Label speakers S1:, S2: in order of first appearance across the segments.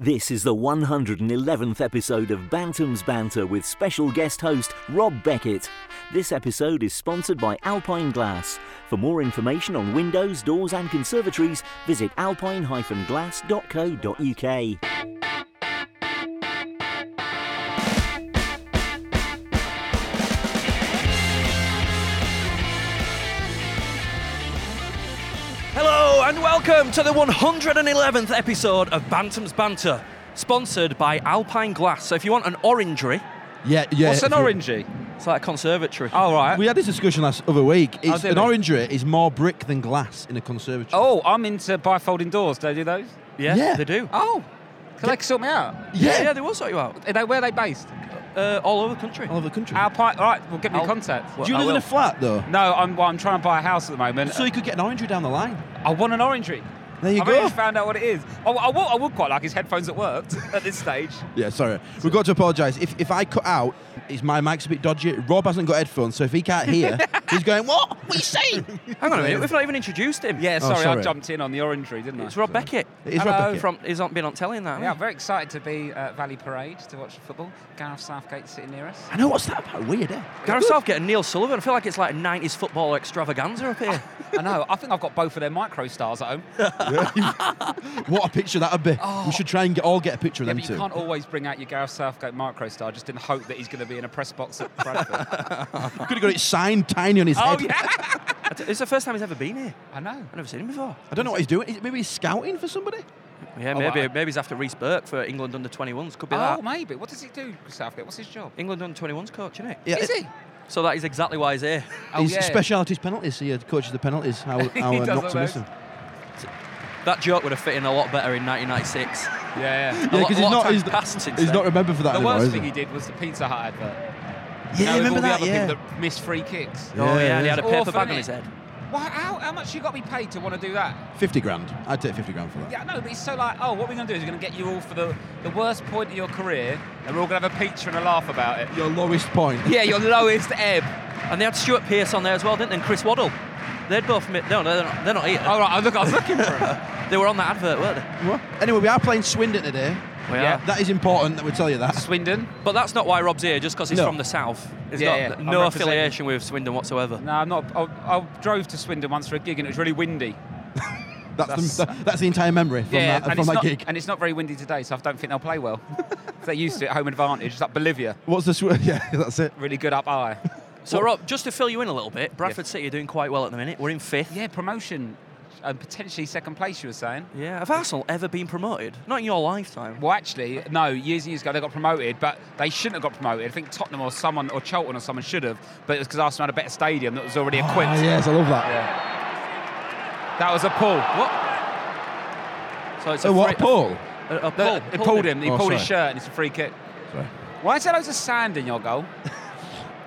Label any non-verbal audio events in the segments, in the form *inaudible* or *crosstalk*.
S1: This is the 111th episode of Bantam's Banter with special guest host Rob Beckett. This episode is sponsored by Alpine Glass. For more information on windows, doors, and conservatories, visit alpine-glass.co.uk.
S2: Hello and welcome to the 111th episode of Bantam's Banter, sponsored by Alpine Glass. So if you want an orangery,
S3: Yeah, yeah.
S4: What's an
S3: Uh, if you-
S4: orangey?
S2: it's like a conservatory.
S4: All right.
S3: We had this discussion last other week. It's,
S4: Oh, did
S3: an
S4: we?
S3: orangery is more brick than glass in a conservatory.
S4: oh, I'm into bifolding doors. Do they do those?
S2: yeah,
S3: yeah.
S2: they do.
S4: Oh, can they sort me out?
S2: yeah,
S3: yeah,
S2: they will sort you out
S4: Are they, where are they based?
S2: uh, all over the country.
S3: all over the country.
S4: Our pipe. All right, well, get me
S2: I'll-
S4: in contact.
S2: Well,
S3: Do you
S2: I
S3: live in
S2: will.
S3: a flat though?
S4: No, I'm, well, I'm trying to buy a house at the moment.
S3: So you could get an orangery down the line.
S4: I want an orangery.
S3: There you
S4: I've
S3: go.
S4: only just found out what it is. I, I, would, I would quite like his headphones that worked *laughs* at this stage.
S3: Yeah, sorry. We've got to apologise. If, if I cut out, is my mic's a bit dodgy. Rob hasn't got headphones, so if he can't hear,
S4: *laughs*
S3: he's going, What? What are you saying?
S2: Hang on a minute, we've not even introduced him.
S4: Yeah,
S3: Oh,
S4: sorry, I
S3: sorry.
S4: jumped in on the orangery, didn't I?
S2: It's Rob Beckett.
S3: It is Rob
S2: Hello.
S3: Beckett.
S2: From, he's on, been on telling that.
S4: Yeah, I'm very excited to be at Valley Parade to watch the football. Gareth Southgate sitting near
S3: *laughs*
S4: us.
S3: I know what's that about? Weird,
S4: *laughs*
S3: eh?
S2: Gareth Southgate and Neil Sullivan. I feel like it's like a 90s football extravaganza up
S3: *laughs*
S2: here.
S4: I know. I think I've got both of their micro stars at home.
S3: What a picture that would be. We should try and get, all get a picture of
S4: Oh. Yeah,
S3: them
S4: but you
S3: too.
S4: can't always bring out your Gareth Southgate microstar just in the hope that he's going to be in a press box at Bradford.
S3: *laughs* Could have got it signed tiny on his
S4: oh,
S3: head.
S4: yeah.
S2: it's the first time he's ever been here.
S4: I know.
S2: I've never seen him before.
S3: I don't know what he's doing. Is- Maybe he's scouting for somebody?
S2: Yeah,
S4: Oh,
S2: maybe
S4: I-
S2: maybe he's after Reese Burke for England under 21s. Could be
S4: Oh,
S2: that.
S4: maybe. What does he do, Southgate? What's his job?
S2: England under 21s coach, isn't it?
S3: Yeah,
S4: Is
S3: it-
S4: he?
S2: So that is exactly why he's here. *laughs*
S4: Oh,
S3: his
S4: yeah.
S3: specialities penalties. He uh, coaches the penalties. How,
S4: *laughs*
S3: how uh,
S4: does all
S3: not to
S4: those.
S3: miss them.
S2: That joke would have fit in a lot better in 1996.
S3: Oh,
S2: A
S4: Yeah, yeah.
S3: Yeah,
S2: lot-
S3: because
S2: a
S3: he's
S2: lot of
S3: not
S2: time
S3: he's,
S2: passed since
S3: he's
S2: then.
S3: not remembered for that
S4: The
S3: anymore,
S4: worst
S3: is
S4: thing
S3: he?
S4: he did was the Pizza Hut advert.
S3: Yeah,
S4: You know, with
S3: remember
S4: all
S3: that?
S4: the other
S3: yeah.
S4: people that missed free kicks.
S3: Yeah,
S2: oh yeah, and he
S3: yeah.
S2: had a
S4: It's
S2: paper
S4: awful,
S2: bag on
S4: innit?
S2: his head.
S4: Wow, how, how much you got to be paid to want to do that?
S3: Fifty grand. I'd take fifty grand for that.
S4: Yeah, I know, but it's so like, oh, what we're going to do is we're going to get you all for the, the worst point of your career, and we're all going to have a pizza and a laugh about it.
S3: Your lowest point.
S4: Yeah, your lowest ebb.
S2: And they had Stuart Pearce on there as well, didn't they? And Chris Waddle. They'd both mi No, no, they're not, they're not here.
S4: All right, I, look, I was looking for it.
S2: *laughs* They were on that advert, weren't they?
S3: What? Anyway, we are playing Swindon today.
S2: We
S4: Yeah.
S2: are.
S3: That is important. That we tell you that.
S4: Swindon.
S2: But that's not why Rob's here, just because he's
S3: No.
S2: from the south. He's
S4: Yeah,
S2: got
S4: yeah.
S2: no
S4: I'm
S2: affiliation with Swindon whatsoever.
S4: No, I'm not. I, I drove to Swindon once for a gig and it was really windy.
S3: That's
S4: That's-
S3: the, that- that's the entire memory from
S4: yeah,
S3: that
S4: and,
S3: from
S4: it's
S3: that
S4: not,
S3: gig.
S4: and it's not very windy today, so I don't think they'll play well. *laughs* they used to it, home advantage. It's like Bolivia,
S3: What's the sw- *laughs* yeah? That's it.
S4: really good up high.
S2: So, Rob, just to fill you in a little bit, Bradford City are doing quite well at the minute. We're in fifth.
S4: yeah, promotion and potentially second place. You were saying.
S2: Yeah. Have Arsenal ever been promoted? Not in your lifetime.
S4: Well, actually, no. Years and years ago, they got promoted, but they shouldn't have got promoted. I think Tottenham or someone or Cheltenham or someone should have, but it was because Arsenal had a better stadium that was already
S3: Ah,
S4: equipped.
S3: yes, I love that.
S4: Yeah. That was a pull.
S2: What? So it's
S3: So
S2: a
S3: Oh, what,
S2: free-
S3: Paul?
S2: A, a pull.
S4: They pulled, him. He
S3: Oh,
S4: pulled his
S3: sorry.
S4: shirt, and it's a free kick.
S3: Sorry.
S4: Why is there loads of sand in your goal?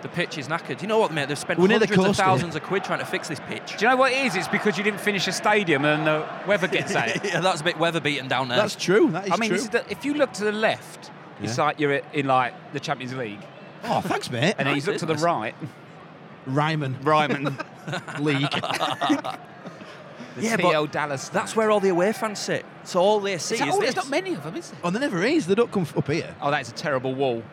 S2: The pitch is knackered. You know what, mate? They've spent
S3: We're near the
S2: hundreds of
S3: coast here.
S2: thousands of quid trying to fix this pitch.
S4: Do you know what it is? It's because you didn't finish a stadium and the weather gets
S2: *laughs*
S4: at it.
S2: yeah, that's a bit weather beaten down there.
S3: That's true. That is
S4: I mean,
S3: true.
S4: this is the, if you look to the left, it's
S3: Yeah.
S4: like you're i- in like the Champions League,
S3: oh, thanks, mate.
S4: and then you
S2: Nice,
S4: look to the
S2: isn't it?
S4: right, *laughs*
S3: Ryman
S4: Ryman,
S3: *laughs* League.
S4: *laughs* the
S2: Yeah, but
S4: TL Dallas.
S2: That's where all the away fans sit. So all they see
S4: Is
S2: is,
S4: that all-
S2: this.
S4: there's not many of them, is there?
S3: oh, there never is. They don't come f- up here,
S4: Oh, that's a terrible wall.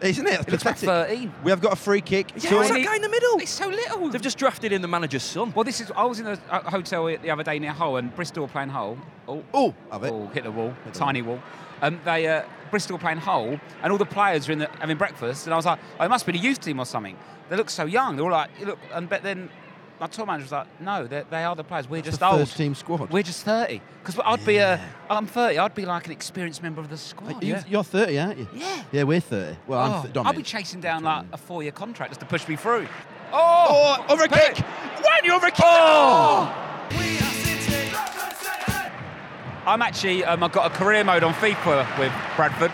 S3: isn't it? That's
S4: It looks like
S3: pathetic.
S4: 13.
S3: we have got a free kick.
S2: yeah,
S3: So
S2: who's
S3: we-
S2: that guy in the middle?
S4: Oh, It's so little.
S2: They've just drafted in the manager's son.
S4: well, this is. I was in a a hotel the other day near Hull, and Bristol were playing Hull. Oh,
S3: oh, have it.
S4: Oh, hit the wall,
S3: the
S4: tiny wall. Um, they uh, Bristol were playing Hull, and all the players were in the, having breakfast, and I was like, oh, it must be the youth team or something. They look so young. They're all like, you look, and but then my tour manager was like, no, they, they are the players. We're
S3: It's
S4: just
S3: the
S4: old.
S3: first team squad.
S4: We're just thirty. Because I'd be a, I'm thirty. I'd be like an experienced member of the squad.
S3: You- You're 30, aren't you?
S4: Yeah.
S3: Yeah, we're 30. Well,
S4: Oh,
S3: I'm th-
S4: I'll be
S3: Dominic.
S4: chasing down like a four-year contract just to push me through.
S3: Oh,
S4: Oh,
S3: over a
S4: Pep.
S3: kick. When you over a kick. Oh.
S4: I'm actually. Um, I've got a career mode on FIFA with Bradford.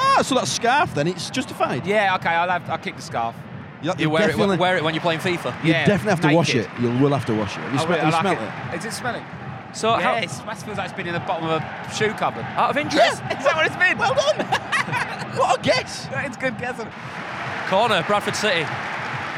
S3: Ah, so that scarf then, it's justified.
S4: Yeah. Okay. I'll have. I'll kick the scarf.
S3: You,
S2: You wear it,
S3: definitely,
S2: wear it when you're playing FIFA.
S3: you
S4: yeah,
S3: definitely have to wash
S4: naked.
S3: it. You will have to wash it. Have you,
S4: Oh,
S3: smell
S4: wait,
S3: have you
S4: I like
S3: smelled it?
S4: Is it smelling?
S2: So how-
S4: yeah, it smells like it's been in the bottom of a shoe *laughs* cupboard.
S2: out of interest,
S4: Is that what it's been?
S3: Well
S4: *laughs*
S3: done. what a guess.
S4: That is good guessing.
S2: corner, Bradford City.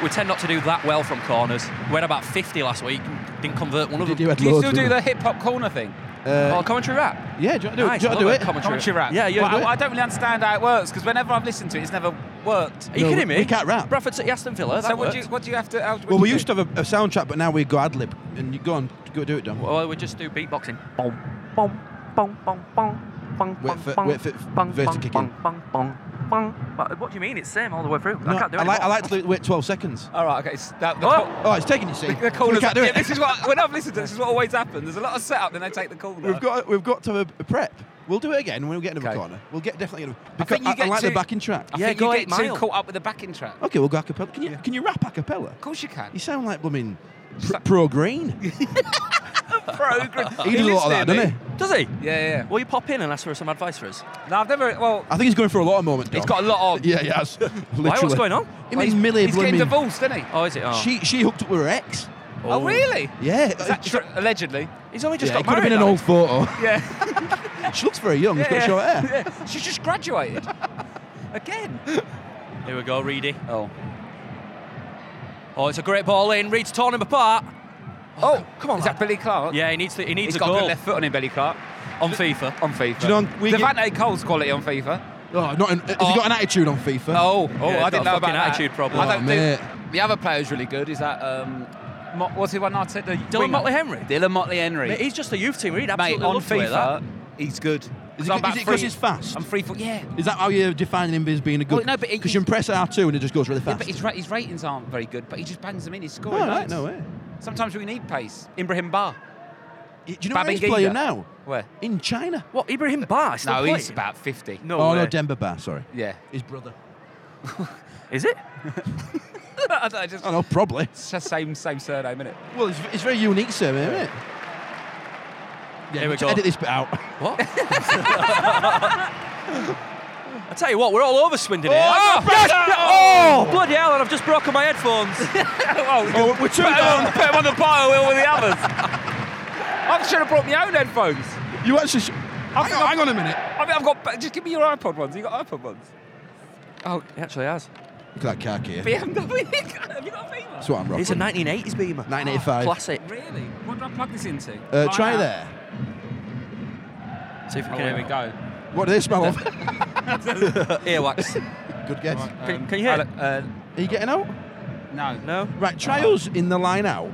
S2: We tend not to do that well from corners. We had about 50 last week. Didn't convert one of them.
S3: You had
S4: Do you
S3: loads,
S4: still do
S3: didn't
S4: the hip hop corner thing?
S3: you?
S2: Or
S3: Uh,
S2: Oh, commentary rap.
S3: yeah, do you want to
S2: Nice,
S3: do, it? do, you
S2: love
S3: want
S2: it,
S3: to do it?
S2: commentary.
S4: Commentary rap.
S2: Yeah, yeah,
S4: But
S2: do
S4: I,
S2: it.
S4: I don't really understand how it works because whenever I've listened to it, it's never worked.
S2: Are you
S3: No,
S2: kidding me?
S3: we can't rap.
S2: Bradford City, Aston Villa. That
S4: so what do, you,
S2: worked.
S4: what do you have to? How, what
S3: Well,
S4: do
S3: we
S4: you
S3: used to have a, a soundtrack, but now we go ad lib. And you go on, go do it, Dom.
S2: Well, we just do beatboxing.
S5: Bong, bong, bong, bong, bong, bong,
S3: Wait
S5: bong,
S3: for-
S5: bong,
S3: wait for
S5: bong,
S3: Vert to
S5: bong,
S3: kick in.
S5: bong, bong, bong, bong. But What do you mean? It's same all the way through. I can't do
S3: I
S5: it.
S3: like, I like to do it- wait 12 seconds.
S4: All right. Okay. It's that, the
S2: Oh.
S4: call-
S3: Oh, it's taking you, see.
S4: the- the
S3: So
S4: callers-
S3: we can't do
S4: yeah,
S3: it. *laughs*
S4: This is what when I've listened to this, this is what always happens. There's a lot of setup, then they take the call.
S3: We've got we've got to have a prep. We'll do it again when we get another
S4: Okay.
S3: corner. We'll get definitely another
S4: think
S3: because
S4: you
S3: I, I
S4: get
S3: like the
S4: two-
S3: backing track.
S4: I
S2: Yeah,
S4: think
S2: go
S4: you get
S2: eight
S4: too
S2: mile.
S4: caught up with the backing track.
S3: Okay, we'll go a cappella. Can you can you rap a cappella?
S4: Of course you can.
S3: You sound like blooming pr-
S4: Sa-
S3: pro green.
S4: *laughs* program.
S3: He did a lot of that, doesn't he?
S2: Does he?
S4: Yeah, yeah.
S2: Will you pop in and ask for some advice for us?
S4: No, I've never. Well,
S3: I think he's going for a lot of moment.
S4: he's
S3: Dom.
S4: got a lot on.
S3: *laughs* Yeah, he has. Why?
S2: Why? What's going on?
S3: It means Millie
S4: He's getting
S3: blooming-
S4: divorced, isn't he?
S2: Oh, is it? Oh,
S3: She she hooked up with her ex.
S4: Oh, really?
S3: Yeah,
S4: Is that
S3: She-
S4: true? Allegedly.
S2: He's only just
S3: yeah, it
S2: got
S3: could have
S2: married.
S3: been an old
S2: Alex.
S3: photo.
S4: *laughs* Yeah.
S3: *laughs* she looks very young. She's got
S4: yeah.
S3: short hair.
S4: *laughs*
S3: Oh,
S4: yeah. She's
S3: *laughs*
S4: just graduated. Again.
S2: Here we go, Reedy.
S4: Oh.
S2: Oh, it's a great ball in. Reed's torn him apart.
S4: Oh,
S2: come on,
S4: Is
S2: lad.
S4: that Billy Clark?
S2: Yeah, he needs to, he needs
S4: He's
S2: a
S4: got a good
S2: goal
S4: left foot on him, Billy Clark.
S2: on
S5: *laughs*
S2: FIFA.
S4: On FIFA.
S3: Do you know, on- we
S4: Devante Cole's quality on FIFA.
S3: Oh, not. In, has he got an attitude on FIFA?
S4: Oh, oh,
S2: Yeah, he's got a
S4: I didn't know
S2: fucking
S4: about that.
S2: attitude problem.
S4: I
S3: Oh,
S4: don't
S3: mate.
S4: think the other player who's really good. Is that um, Mo- what's he one I said? the
S2: Dylan
S4: winger?
S2: Motley Henry.
S4: Dylan Motley Henry.
S2: Mate, he's just a youth team. He'd absolutely
S4: Mate, on
S2: love to wear
S4: FIFA, he's good.
S3: Is
S4: I'm
S3: it
S4: about
S3: because
S4: three-
S3: he's fast?
S4: I'm three foot. Yeah.
S3: Is that how you're defining him as being a good?
S4: Well, no, but it-
S3: because you impress R two and it just goes really
S4: Yeah,
S3: fast.
S4: but his, ra- his ratings aren't very good, but he just bangs them in. He's
S3: oh,
S4: scoring.
S3: right,
S4: loads.
S3: no way.
S4: Sometimes we need pace. Ibrahim Bar.
S3: Do you know where he's
S4: Babangida.
S3: playing now?
S4: Where?
S3: In China.
S2: that. What, Ibrahim Bar? is still
S4: No,
S2: playing?
S4: he's about 50.
S2: No
S3: Oh
S2: way.
S3: no, Denver Bar. Sorry, *laughs*
S4: Yeah.
S3: his brother.
S2: Is it?
S4: I don't know, just,
S3: Oh no, probably.
S4: it's just same same surname, innit?
S3: Well, it's, it's very unique, sir, isn't it? Yeah,
S2: Here we
S3: to
S2: go.
S3: Edit this bit out. *laughs*
S2: What? I tell you what, we're all over Swindon here.
S3: Oh,
S2: yes!
S3: brother!
S2: oh, bloody hell, and I've just broken my
S4: *laughs*
S2: headphones.
S3: Oh, we're two down.
S4: Put him on the pile with all the others. I should have brought my own headphones.
S3: *laughs* You actually. Sh- hang, on, hang on a minute.
S4: I mean, I've got. ba- Just give me your iPod ones. You got iPod ones? *laughs*
S2: oh, he actually has.
S3: Look at that car here.
S4: BMW. *laughs* have you got a Beamer?
S3: That's what I'm rocking.
S2: It's a 1980s Beamer.
S3: 1985.
S2: Classic.
S4: Really? What do I plug this into?
S3: Uh,
S4: Like
S3: try there.
S4: that?
S2: See if we
S4: Oh,
S2: can
S4: here we
S2: hear
S4: go.
S3: What do they smell of?
S2: me.
S4: *laughs*
S2: Earwax.
S3: *laughs* Good guess.
S2: Can- can you hear it?
S4: I'll- Uh,
S3: Are you getting out?
S4: no.
S2: No?
S3: Right, try us in the line out.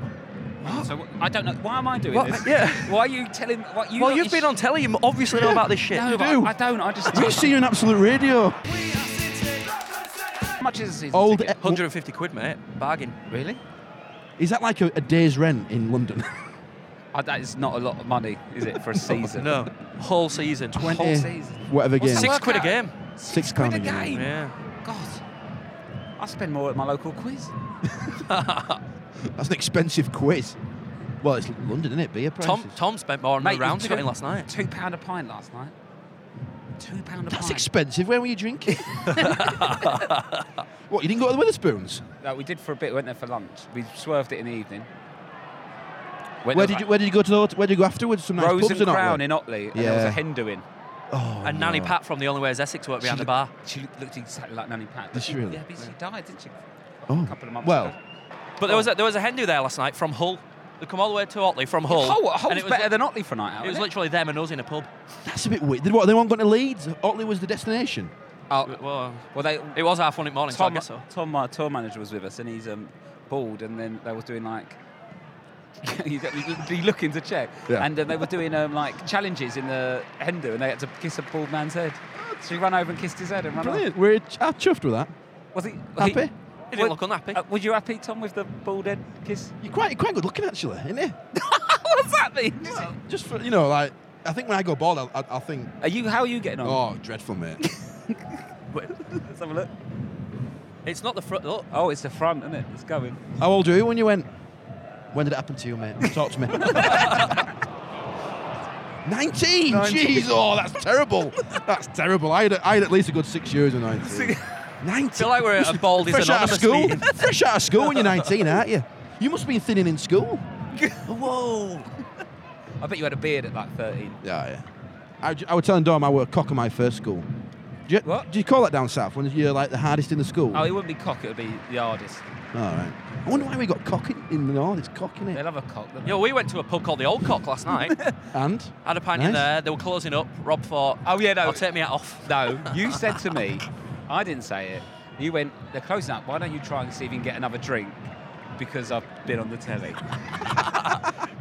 S4: So what- I don't know. Why am I doing
S2: What?
S4: this?
S2: Yeah.
S4: Why are you telling? What you?
S2: Well,
S4: lot-
S2: you've
S4: you
S2: been
S4: sh-
S2: on telly, you obviously know about this shit.
S4: *laughs* No,
S3: You
S4: but
S3: do.
S4: I, I don't. I just.
S3: We see you in Absolute Radio.
S4: How much is a season
S3: Old. E-
S4: ticket?
S2: 150 quid, mate. Bargain.
S4: Really?
S3: Is that like a, a day's rent in
S2: *laughs*
S3: London?
S4: Uh, that is not a lot of money, is it, for a season?
S2: No. Whole season.
S4: Whole
S3: *laughs*
S4: season.
S3: Whatever game.
S4: What's
S2: Six
S4: Work
S2: quid a
S4: out.
S2: game.
S3: Six
S4: quid a
S3: pound a game.
S4: game.
S2: Yeah.
S4: God. I spend more at my local quiz.
S3: That's an expensive quiz. Well, it's London, isn't it? Beer prices.
S2: Tom Tom spent more on
S4: Mate,
S2: the rounds
S4: it
S2: he
S4: was
S2: got in last night.
S4: Two pound a pint last night. Two pound a
S3: That's
S4: pint.
S3: expensive. Where were you
S4: *laughs*
S3: drinking? what, you didn't go to the Witherspoons?
S4: No, we did for a bit. Went there for lunch. We swerved it in the evening. Went
S3: Where
S4: to
S3: did you
S4: like
S3: Where did you go to the hot- Where did you go afterwards? Some nice
S4: Rose
S3: pubs
S4: and
S3: or not?
S4: Crown in Otley, and there was
S3: Yeah.
S4: a hen doing.
S3: Oh,
S2: And Nanny Pat from The Only Way is Essex worked behind the bar.
S4: She looked, looked exactly like Nanny Pat.
S3: Did she really?
S4: Yeah, but she died, didn't she?
S3: Oh.
S4: A couple of months
S3: well,
S4: ago.
S2: But
S4: Oh.
S2: there was a, there was a Hindu there last night from Hull. They come all the way to Otley from Hull.
S4: Hull, Hull's
S2: and it was,
S4: better
S2: li-
S4: than Otley for a night out.
S2: it was
S4: isn't
S2: literally them and us in a pub.
S3: that's a bit weird. Did what? They weren't going to Leeds. Otley was the destination.
S4: Oh,
S2: Well,
S4: well, they.
S2: it was half one in the morning, so I
S4: Tom,
S2: guess so.
S4: Tom, our tour manager, was with us, and he's um, bald, and then they was doing like. *laughs* he's he looking to check,
S3: Yeah.
S4: and then they were doing um, like challenges in the Hindu, and they had to kiss a bald man's head. So he ran over and kissed his head and ran. off.
S3: Brilliant. We're ch- I'm chuffed with that.
S4: Was he
S3: Happy?
S4: He,
S2: He didn't look unhappy.
S4: Uh, were you happy, Tom, with the bald head
S2: *laughs*
S4: kiss?
S3: You're quite you're quite good looking actually, isn't it?
S4: what does that mean?
S3: Just for you know, like I think when I go bald, I'll, I'll, I'll think,
S4: Are you? How are you getting on?
S3: oh, dreadful mate.
S4: *laughs* Let's have a look.
S2: It's not the front. Look,
S4: Oh, it's the front, isn't it? It's going.
S3: How old were you when you went? When did it happen to you, mate? Talk *laughs* to me. 19! Jeez, oh, that's terrible. That's terrible. I had, I had at least a good six years of 19. 19?
S2: feel like we're at a Baldies
S3: Fresh out
S2: Anonymous
S3: of school.
S2: meeting.
S3: *laughs* Fresh out of school when you're 19, aren't you? You must have been thinning in school. Whoa.
S4: I bet you had a beard at like 13.
S3: Yeah, yeah. I, j- I was telling Dom I were cock of my first school. Do you,
S4: What?
S3: do you call that down south when you're like the hardest in the school?
S4: Oh, it wouldn't be cock, it would be the hardest.
S3: All right. I wonder why we got cock in, in the north. It's cock in
S4: They
S3: it.
S4: love a cock. don't they?
S6: Yo, we went to a pub called the Old Cock last
S4: *laughs*
S6: night.
S3: And *laughs*
S6: Had a pint in
S3: Nice.
S6: there. They were closing up. Rob thought,
S4: Oh yeah, no.
S6: "I'll take me hat off."
S4: No, you said to me, I didn't say it. You went, they're closing up. Why don't you try and see if you can get another drink? Because I've been on
S3: *laughs*
S4: the telly.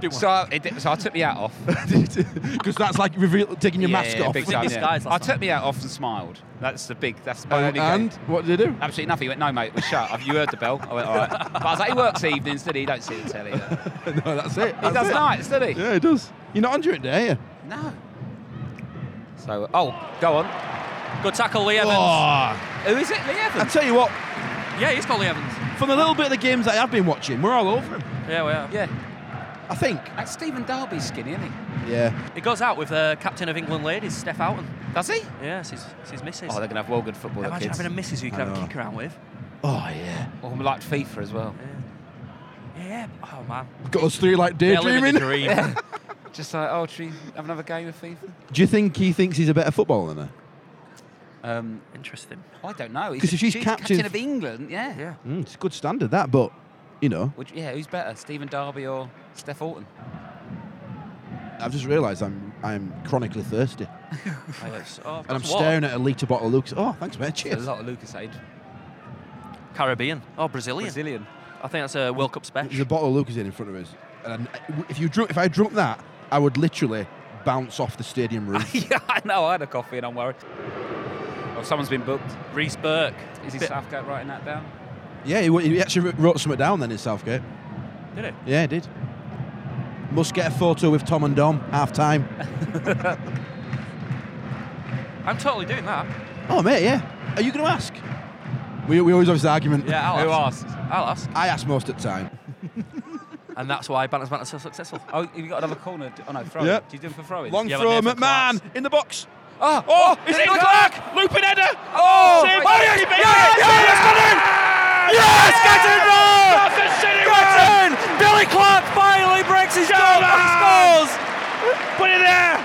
S6: Do one.
S4: so, I, it, did- so I took my
S3: *laughs*
S4: hat off.
S3: because that's like reveal, taking your
S4: Yeah,
S3: mask
S4: yeah,
S3: off.
S4: Big
S6: We
S4: time, yeah.
S6: disguised
S4: I
S6: last
S4: took my hat off and smiled. That's the big. That's my
S3: Uh,
S4: only.
S3: and
S4: game.
S3: what did they do?
S4: Absolutely nothing. He went, no, mate, it was shut. Have you heard the bell? I went, all right. But I was like, he works evenings, did he? He don't see the telly. He
S3: no, that's it. That's
S4: does
S3: it.
S4: nights, did he?
S3: Yeah, it does. You're not on during the day, are you?
S4: No. So, oh, go on.
S6: Good tackle, Lee Evans.
S3: Oh,
S4: Who is it? Lee
S3: I
S4: Evans.
S3: tell you what,
S6: Yeah, he's called Lee Evans.
S3: from the little bit of the games that I have been watching, we're all over him.
S6: Yeah, we are.
S4: Yeah.
S3: I think.
S4: That's Stephen Darby's skinny, isn't he?
S3: Yeah.
S6: He goes out with the captain of England ladies, Steph Houghton.
S4: Does he?
S6: Yes, it's, it's his missus.
S4: Oh, they're going to have well good football, the
S6: Imagine
S4: kids.
S6: having a missus who you can
S3: I
S6: have a
S3: know.
S6: kick around with.
S3: Oh, yeah.
S4: Or like FIFA as well.
S6: Yeah. Yeah. Oh man.
S3: Got us three like
S6: They're living the
S3: daydreaming.
S6: dream.
S4: *laughs* Just like, oh, should we have another game with FIFA?
S3: Do you think he thinks he's a better footballer than her?
S4: Um,
S6: Interesting.
S4: I don't know.
S3: 'Cause if she's captain-
S4: of England, yeah.
S6: Yeah.
S3: Mm, it's a good standard, that, but, you know,
S4: Would- yeah, who's better, Stephen Darby or Steph Orton?
S3: I've just realised I'm I'm chronically thirsty.
S6: I guess. Oh,
S3: And I'm staring at a litre bottle of Lucas. Oh, thanks, mate.
S4: A
S3: Cheers.
S4: lot of Lucas aid. *laughs*
S6: Caribbean. Oh, Brazilian.
S4: Brazilian.
S6: I think that's a World Cup
S3: There's a
S6: special.
S3: bottle of Lucas in in front of us. And I- if you drunk, if I drunk that, I would literally bounce off the stadium roof.
S4: yeah, I know. I had a coffee and I'm worried. Oh, someone's been booked.
S6: Reese Burke.
S4: Is he
S6: Bit-
S4: Southgate writing that down?
S3: yeah, he, wa- he actually wrote something down then in Southgate.
S6: Did he?
S3: Yeah, he did. Must get a photo with Tom and Dom half *laughs* time.
S6: I'm totally doing
S4: *laughs*
S6: that.
S3: Oh, mate, yeah. Are you going to ask? We, we always have this argument.
S6: Yeah, I'll
S4: Who
S6: ask.
S4: asked?
S6: I'll ask.
S3: I ask most of the time.
S6: And that's why Banners Banners so successful.
S4: Oh, have you got another corner? Oh no, throw.
S3: Yeah.
S4: Do you do them for throwing?
S3: Long
S6: Yeah, but
S3: throw,
S6: they're for
S3: McMahon
S6: class.
S3: in the box.
S4: Oh,
S3: Oh, it's
S4: did it
S3: Nick
S4: go?
S3: Clark! Looping header!
S4: Oh,
S3: Saved
S4: my
S3: by
S4: God.
S3: Eddie Baker. yes, got in! Yes, get in there! City win!
S6: Billy Clark finally breaks his goal
S3: and
S6: scores.
S3: Put it there!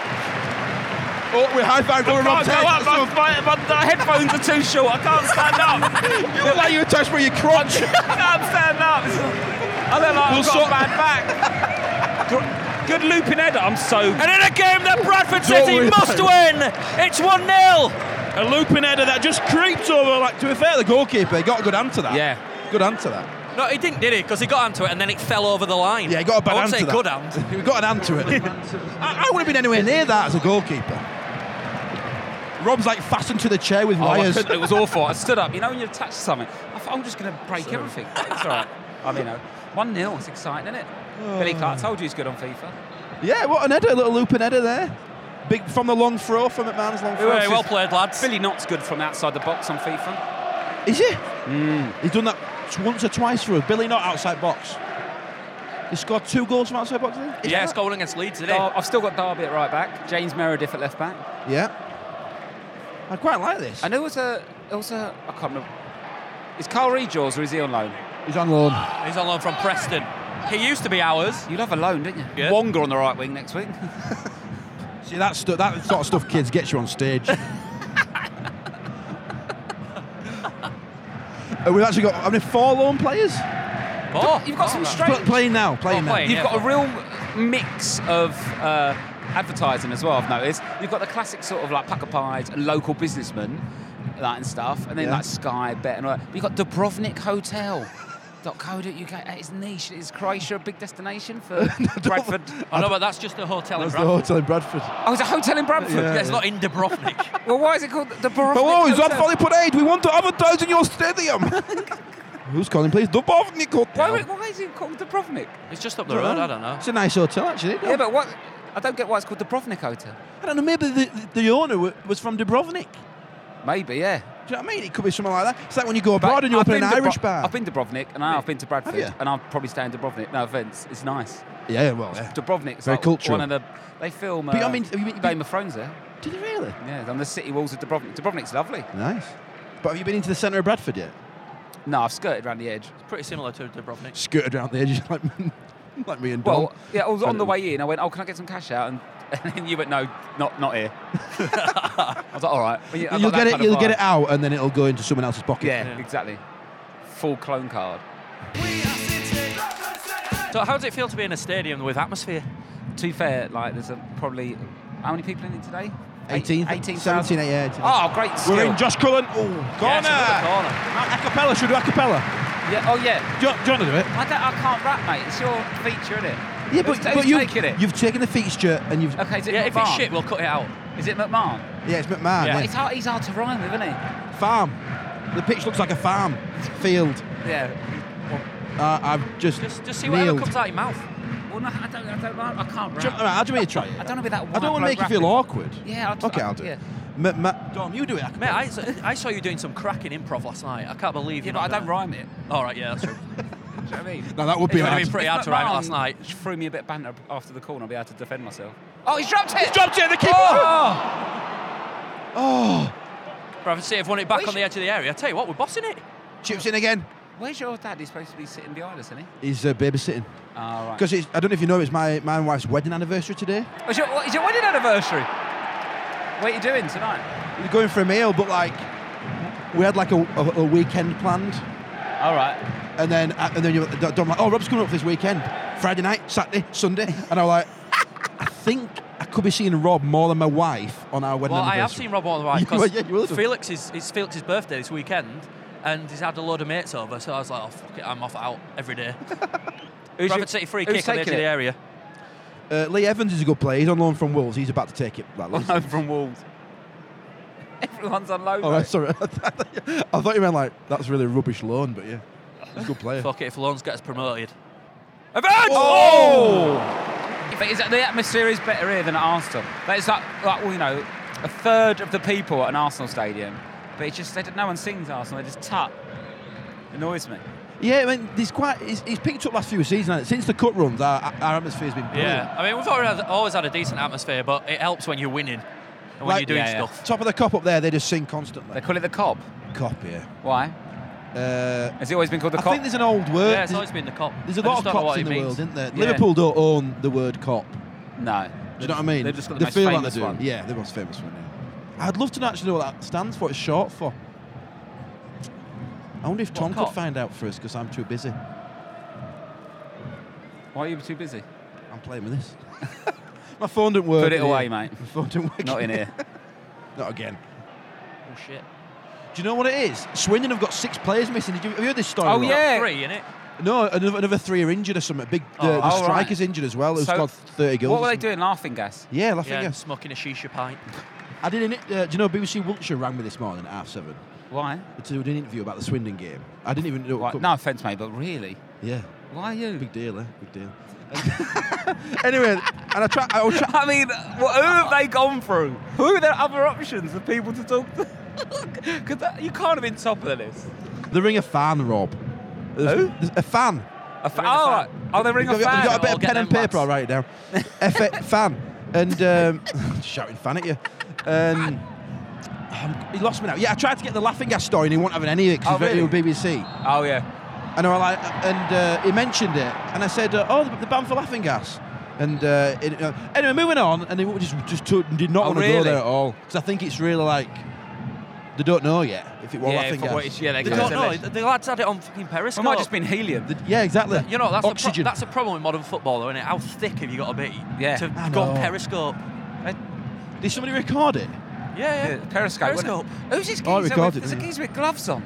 S3: Oh, we high five over Rob Tate. That's so-
S4: my, my, my headphones are too short. I can't stand up.
S3: You look like you were touched by your crotch.
S4: I can't stand up. I look like
S3: We'll
S4: I've got
S3: sort-
S4: a bad back. Gr- Good looping header. I'm so.
S6: And in a game that Bradford
S3: Don't
S6: City
S3: worry *laughs*
S6: must
S3: about
S6: win, it's 1 0.
S3: *laughs* a looping header that just creeps over. Like to be fair, the goalkeeper he got a good hand to that.
S4: Yeah.
S3: good hand to that.
S6: No, he didn't, did he? Because he got onto it and then it fell over the line.
S3: Yeah, he got a bad
S6: I won't
S3: hand
S6: say
S3: to that.
S6: good hand.
S3: he got an hand to it. I, I would have been anywhere near that as a goalkeeper. Rob's like fastened to the chair with
S4: Oh, I
S3: wires.
S4: couldn't- it was awful. I stood up. You know when you're attached to something, I thought I'm just going to break everything. It's all right. I mean, you know, one 0 It's exciting, isn't it?
S3: Oh.
S4: Billy Clark told you he's good on FIFA.
S3: *laughs* yeah, what an header, a little looping header there. Big from the long throw from McMahon's long throw.
S6: Very well played, lads.
S4: Billy Knott's good from outside the box on FIFA.
S3: Is he? He's done that t- once or twice for us. Billy not outside box. He scored two goals from outside box. I think. Is
S6: Yeah,
S3: that
S6: it's going against Leeds, did
S4: Dar-
S6: it?
S4: I've still got Derby at right back. James Meredith at left back.
S3: right? Yeah. I quite like this.
S4: And who was a? Who was a? I can't remember. Is Carl Reed yours or is he on loan?
S3: He's on loan.
S6: He's on loan from Preston. He used to be ours.
S4: You love a loan, didn't you?
S6: Yeah.
S4: Wonga on the right wing *laughs* next week.
S3: See that stu- that sort of stuff, kids, gets you on stage. and *laughs* we've actually got I mean, four loan players
S6: Oh,
S4: You've got some
S6: oh, no.
S4: straight-
S3: Pl- playing now. Playing
S6: Oh,
S3: now.
S6: playing.
S4: You've got a real mix of uh, advertising as well. I've noticed. You've got the classic sort of like pucker pies and local businessmen, that and stuff, and then
S3: Yeah.
S4: like Sky Bet and all that. But you've got Dubrovnik Hotel. .co.uk. It's niche. Is Croatia a big destination *laughs* for
S3: *laughs*
S4: Bradford?
S6: Oh, I know, but that's just a hotel
S3: That's
S6: in
S3: the
S6: Bradford.
S3: hotel in Bradford.
S4: Oh, it's a hotel in Bradford.
S6: Yeah, it's not in
S2: *laughs*
S6: Dubrovnik.
S4: Well, why is it called the Dubrovnik?
S3: Hello, it's on
S4: Hotel?
S3: Volley Parade. We want to advertise in your
S4: *laughs*
S3: stadium. Who's calling, please? Dubrovnik Hotel.
S4: Why, why is it called Dubrovnik?
S6: It's just up the road, I don't know.
S3: It's a nice hotel, actually. isn't it?
S4: Yeah, but what? I don't get why it's called Dubrovnik Hotel.
S3: I don't know. Maybe the, the owner wa- was from Dubrovnik.
S4: Maybe, yeah.
S3: Do you know what I mean? It could be something like that. It's like when you go
S4: But
S3: abroad and you
S4: I've
S3: open an
S4: been to
S3: Irish
S4: Bro-
S3: bar.
S4: I've been to Dubrovnik and I've been to Bradford
S3: you?
S4: and I'll probably stay in Dubrovnik. No offence, it's nice.
S3: yeah, well, yeah.
S4: Dubrovnik's
S3: Very
S4: like
S3: cultural.
S4: one of the. They film. Uh,
S3: But I mean, have you been-
S4: Game of Thrones there.
S3: Did it really?
S4: Yeah, it's on the city walls of Dubrovnik. Dubrovnik's lovely.
S3: Nice. But have you been into the centre of Bradford yet?
S4: No, I've skirted around the edge.
S6: It's pretty similar to Dubrovnik.
S3: Skirted around the edges *laughs* like, like me and Dom.
S4: Well, yeah, I was on the way in. I went, oh, can I get some cash out? And, *laughs* and then you went, no, not not
S3: *laughs*
S4: here. I was like, all right. Well, yeah, I've
S3: you'll
S4: got that
S3: get it.
S4: kind of
S3: You'll get
S4: vibe.
S3: it out, and then it'll go into someone else's pocket.
S4: Yeah,
S6: Yeah.
S4: exactly. Full clone card.
S2: So how does it feel to be in a stadium with atmosphere?
S4: To be fair, like there's a, probably how many people in it today?
S3: 18,
S4: 18,000.
S3: 17, yeah, 18.
S4: Oh, great skill.
S3: We're in Josh Cullen. Oh,
S2: Yeah,
S3: corner.
S2: it's another corner.
S3: a cappella, should we do a cappella?
S4: Ah. Yeah, oh yeah.
S3: Do you, do you want to do it?
S4: I, don't, I can't rap, mate. It's your feature, isn't it?
S3: Yeah,
S4: Who's-
S3: but,
S4: who's
S3: but you've,
S4: taking it.
S3: you've taken the fixture and you've.
S4: okay, is it
S2: Yeah,
S4: McMahon?
S2: if it's shit, we'll cut it out.
S4: Is it McMahon?
S3: Yeah, it's McMahon.
S2: Yeah.
S3: Yeah.
S4: It's hard, he's hard to rhyme with, isn't he?
S3: Farm. The pitch looks like a farm field.
S4: Yeah.
S3: Uh, I've just.
S2: Just, just see
S3: kneeled.
S2: whatever comes out your mouth.
S4: Well, no, I don't. I don't. rhyme. I can't rap.
S3: Do you- all right, how do you mean to try it?
S4: I don't wanna be that
S3: I don't want to
S4: white
S3: make you
S4: bloke
S3: feel
S4: rapping.
S3: awkward.
S4: Yeah, I'll t-
S3: okay,
S4: I-
S3: I'll do it. Ma- ma- Dom, you do it. I can-
S2: Mate, I, s- I saw you doing some cracking improv last night. I can't believe
S4: Yeah,
S2: you.
S4: but I don't rhyme it.
S2: All right, yeah, that's true.
S4: Do you know what I mean?
S3: Now that would
S2: It
S3: be
S2: would have
S3: hard.
S2: been pretty
S4: If
S2: hard to rhyme it
S4: McMahon
S2: last night.
S4: Threw me a bit of banter after the corner. I'll be able to defend myself. Oh, he's dropped it.
S3: dropped it. The keeper.
S4: Oh!
S3: Oh,
S2: But I see I've won it back
S4: We
S2: on the edge of the area. I tell you what, we're bossing it.
S3: chips in again.
S4: Where's your dad? He's supposed to be sitting behind us, isn't he?
S3: He's uh, babysitting
S4: Oh, right.
S3: because I don't know if you know, it's my my wife's wedding anniversary today.
S4: Is your, what- is your wedding anniversary? What are you doing tonight?
S3: We're going for a meal, but like we had like a, a, a weekend planned,
S4: All right.
S3: and then uh, and then you, Dom like, oh, Rob's coming up for this weekend, Friday night, Saturday, Sunday, and I was like, I think I could be seeing Rob more than my wife on our wedding
S2: Well, I
S3: anniversary.
S2: have seen Rob on the right
S3: You were-
S2: because
S3: yeah, you will have.
S2: Felix is it's Felix's birthday this weekend, and he's had a load of mates over. So I was like, oh, fuck it, I'm off out every day.
S4: Who's
S2: Bradford
S4: your-
S2: City free
S4: who's
S2: kick on the edge
S4: taking
S2: of the
S4: it?
S2: area.
S3: Uh, Lee Evans is a good player. He's on loan from Wolves. He's about to take it. Like,
S2: *laughs*
S4: On loan from Wolves. Everyone's on loan.
S3: oh, right,
S4: mate.
S3: sorry. *laughs* I thought you meant like that's really rubbish loan, but yeah, he's a
S2: *laughs*
S3: good player.
S2: Fuck it, if Lawrence gets promoted.
S3: Oh!
S4: But is that, the atmosphere is better here than at Arsenal. But it's like, like well, you know, a third of the people at an Arsenal stadium. But it's just they don't, no one sings Arsenal. They just tut. Annoys me.
S3: Yeah, I mean, he's quite. He's, he's picked up last few seasons. hasn't he? Since the cut runs, our, our atmosphere's been brilliant.
S2: Yeah, I mean we've already had, always had a decent atmosphere, but it helps when you're winning and when
S3: Like- Uh,
S2: you're doing
S4: yeah, yeah.
S2: stuff.
S3: Top of the cop up there, they just sing
S4: They
S3: constantly.
S4: call it the Cob.
S3: Cop, yeah.
S4: Why?
S3: Uh,
S4: Has it always been called the
S3: I
S4: Cob?
S3: think there's an old word.
S2: Yeah, it's
S3: there's,
S2: always been the cop.
S3: there's a
S2: I
S3: lot
S2: just
S3: of
S2: don't know
S3: cops
S2: what
S3: in
S2: it
S3: the
S2: means.
S3: world, isn't there?
S4: Yeah.
S3: Liverpool don't own the word cop.
S4: no.
S3: Do you know what I mean?
S4: They've just got
S3: they
S4: the most
S3: feel like
S4: famous
S3: they do.
S4: one.
S3: Yeah, they're the most famous one. Yeah. I'd love to actually know what that stands for. It's short for. I wonder if Tom
S2: cop?
S3: could find out for us because I'm too busy.
S4: Why are you too busy?
S3: I'm playing with this. *laughs* My phone didn't work.
S4: Put it
S3: here.
S4: away, mate.
S3: My phone didn't work.
S4: Not in here.
S3: *laughs* Not again.
S2: Oh shit!
S3: Do you know what it is? Swindon have got six players missing. Did you, have you heard this story?
S4: Oh,
S3: Rob?
S4: yeah.
S2: Three in it.
S3: No, another, another three are injured or something. Big, the,
S2: Oh,
S3: the
S4: all right.
S3: striker's injured as well. Who's
S4: So,
S3: got 30 goals.
S4: what
S3: or
S4: were they
S3: something.
S4: doing? Laughing gas.
S3: Yeah, I
S2: Yeah,
S3: think yes.
S2: smoking a shisha pint.
S3: I did an. Uh, do you know BBC Wiltshire rang me this morning at half seven
S4: Why?
S3: to do an interview about the Swindon game. I didn't even know.
S4: Why?
S3: come-
S4: No offence, mate, but really,
S3: Yeah,
S4: why are you?
S3: big deal, eh? Big deal. *laughs* anyway, and I try. I was try
S4: I mean, wh- who have they gone through? Who are their other options for people to talk *laughs* to? Because you can't have been top of the list.
S3: they ring a fan, Rob. There's,
S4: Who?
S3: there's a fan.
S4: A fa-
S2: Ring a
S4: oh,
S2: fan.
S4: right. oh, they ring
S3: you
S4: a fan.
S3: got, you got a bit
S2: I'll
S3: of
S2: get
S3: pen and
S2: them
S3: paper. I'll write it down. F fan and um, *laughs* shouting fan at you. Um, um, he lost me now. Yeah, I tried to get the laughing gas story and he wasn't having any of it
S4: Oh,
S3: because
S4: really?
S3: it was BBC.
S4: oh yeah.
S3: And I was like, and uh, he mentioned it, and I said, uh, "Oh, the, the ban for laughing gas." And uh, it, uh, anyway, moving on, and he just just took, did not
S4: Oh,
S3: want to go
S4: really?
S3: there at all because I think it's really like they don't know yet if it was
S4: Yeah,
S3: laughing
S4: for
S3: gas.
S4: what it's- yeah, they
S2: They
S4: Yeah.
S2: don't
S4: Yeah.
S2: know. The lads had it on fucking
S4: It
S2: Periscope.
S4: might just been helium.
S3: The- yeah, exactly.
S2: You know, that's
S3: oxygen.
S2: The pro- that's a problem with modern football, though, isn't it? How thick have you got to be
S4: Yeah.
S2: to
S3: I
S2: go on
S3: know.
S2: Periscope?
S3: did somebody record it?
S2: Yeah, yeah.
S4: Yeah, Periscope. wasn't
S2: Periscope.
S4: it? Who's this geezer?
S3: Oh,
S4: with,
S3: recorded,
S4: there's a
S3: yeah.
S4: geezer with gloves on.